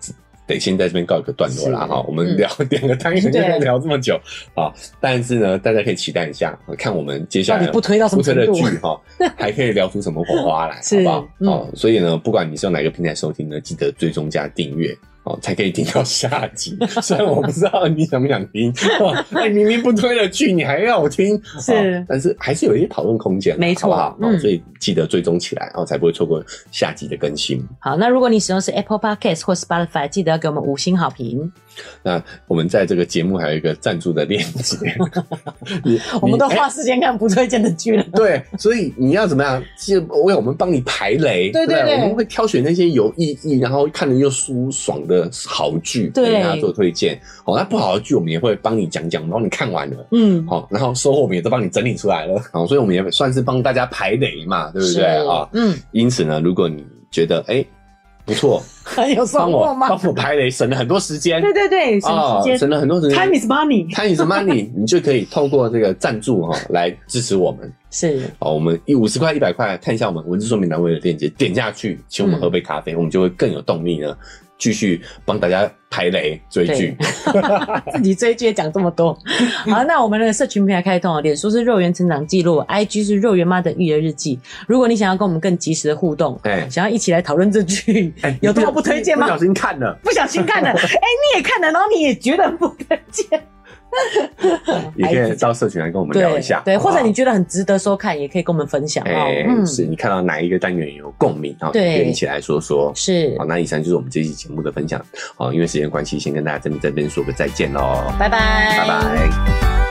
[SPEAKER 2] 得先在这边告一个段落啦
[SPEAKER 1] 是嗯
[SPEAKER 2] 哈、我们聊两个单元就
[SPEAKER 1] 对
[SPEAKER 2] 能聊这么久啊，但是呢，大家可以期待一下，看我们接下
[SPEAKER 1] 到
[SPEAKER 2] 来
[SPEAKER 1] 底不推到什
[SPEAKER 2] 不
[SPEAKER 1] 么
[SPEAKER 2] 推
[SPEAKER 1] 程
[SPEAKER 2] 的
[SPEAKER 1] 度
[SPEAKER 2] 剧？ 哈，还可以聊出什么火花来，好
[SPEAKER 1] 是
[SPEAKER 2] 不好？
[SPEAKER 1] 嗯
[SPEAKER 2] 哦，所以呢，不管你是用哪个平台收听呢，记得追踪加订阅。哦， 才可以听到下 集。虽然我不知道你想不想听， 哦哎，明明不推了剧，你还要我听，
[SPEAKER 1] 是
[SPEAKER 2] 哦但是还是有一些讨论空间啊，
[SPEAKER 1] 没错
[SPEAKER 2] 好不好？
[SPEAKER 1] 嗯
[SPEAKER 2] 哦，所以记得追踪起来，哦，才不会错过下集的更新。
[SPEAKER 1] 好，那如果你使用是 Apple Podcast 或 Spotify，记得要给我们五星好评。
[SPEAKER 2] 那我们在这个节目还有一个赞助的链 接，你哎
[SPEAKER 1] 我们
[SPEAKER 2] 你
[SPEAKER 1] 都
[SPEAKER 2] 哎
[SPEAKER 1] 花时间看不推荐的剧 了。
[SPEAKER 2] 对，所以你要怎么样？是为我们帮你排雷，
[SPEAKER 1] 对对
[SPEAKER 2] 不
[SPEAKER 1] 对
[SPEAKER 2] 我们会挑选那些有意义，然后看着又舒爽的好剧，
[SPEAKER 1] 对
[SPEAKER 2] 给大家做推荐。哦，那不好的剧我们也会帮你讲讲，帮你看完了。
[SPEAKER 1] 嗯，
[SPEAKER 2] 好、然后收获我们也都帮你整理出来了，好、所以我们也算是帮大家排雷嘛，对不
[SPEAKER 1] 是
[SPEAKER 2] 对啊、哦
[SPEAKER 1] 嗯，
[SPEAKER 2] 因此呢，如果你觉得哎 不错，
[SPEAKER 1] 有收
[SPEAKER 2] 帮
[SPEAKER 1] 获
[SPEAKER 2] 我
[SPEAKER 1] 吗？
[SPEAKER 2] 帮我排雷，省了很多时间，
[SPEAKER 1] 对对对，省
[SPEAKER 2] 啊、
[SPEAKER 1] 时间
[SPEAKER 2] 省了很多时间。
[SPEAKER 1] ，Time is money。
[SPEAKER 2] Time is money，你就可以透过这个赞助哈、哦、来支持我们。
[SPEAKER 1] 是，
[SPEAKER 2] 好，我们一五十块、一百块，看一下我们文字说明栏位的链接，点下去，请我们喝杯咖啡，我们就会更有动力呢，继续帮大家排雷追剧。
[SPEAKER 1] 自己追剧也讲这么 多。好，那我们的社群平台开通哦，脸书是肉圆成长记录，IG 是肉圆妈的育儿日记。如果你想要跟我们更及时的互动，
[SPEAKER 2] 哎
[SPEAKER 1] 想要一起来讨论这剧，
[SPEAKER 2] 哎
[SPEAKER 1] 有这么
[SPEAKER 2] 你
[SPEAKER 1] 不推荐吗
[SPEAKER 2] 不小心看了，
[SPEAKER 1] 不小心看 了，哎、你也看了，然后你也觉得不推荐，
[SPEAKER 2] 也可以到社群来跟我们聊一下，
[SPEAKER 1] 哎对，
[SPEAKER 2] 好不
[SPEAKER 1] 或
[SPEAKER 2] 好
[SPEAKER 1] 者你。觉得很值得收看，也可以跟我们分享哦。
[SPEAKER 2] 哎、
[SPEAKER 1] 嗯，
[SPEAKER 2] 是你看到哪一个单元有共鸣啊？
[SPEAKER 1] 对
[SPEAKER 2] 也可以一起来说说。
[SPEAKER 1] 是
[SPEAKER 2] 好，，那以上就是我们这期节目的分享。好，因为时间关系，先跟大家这边这边说个再见喽，
[SPEAKER 1] 拜拜，
[SPEAKER 2] 拜拜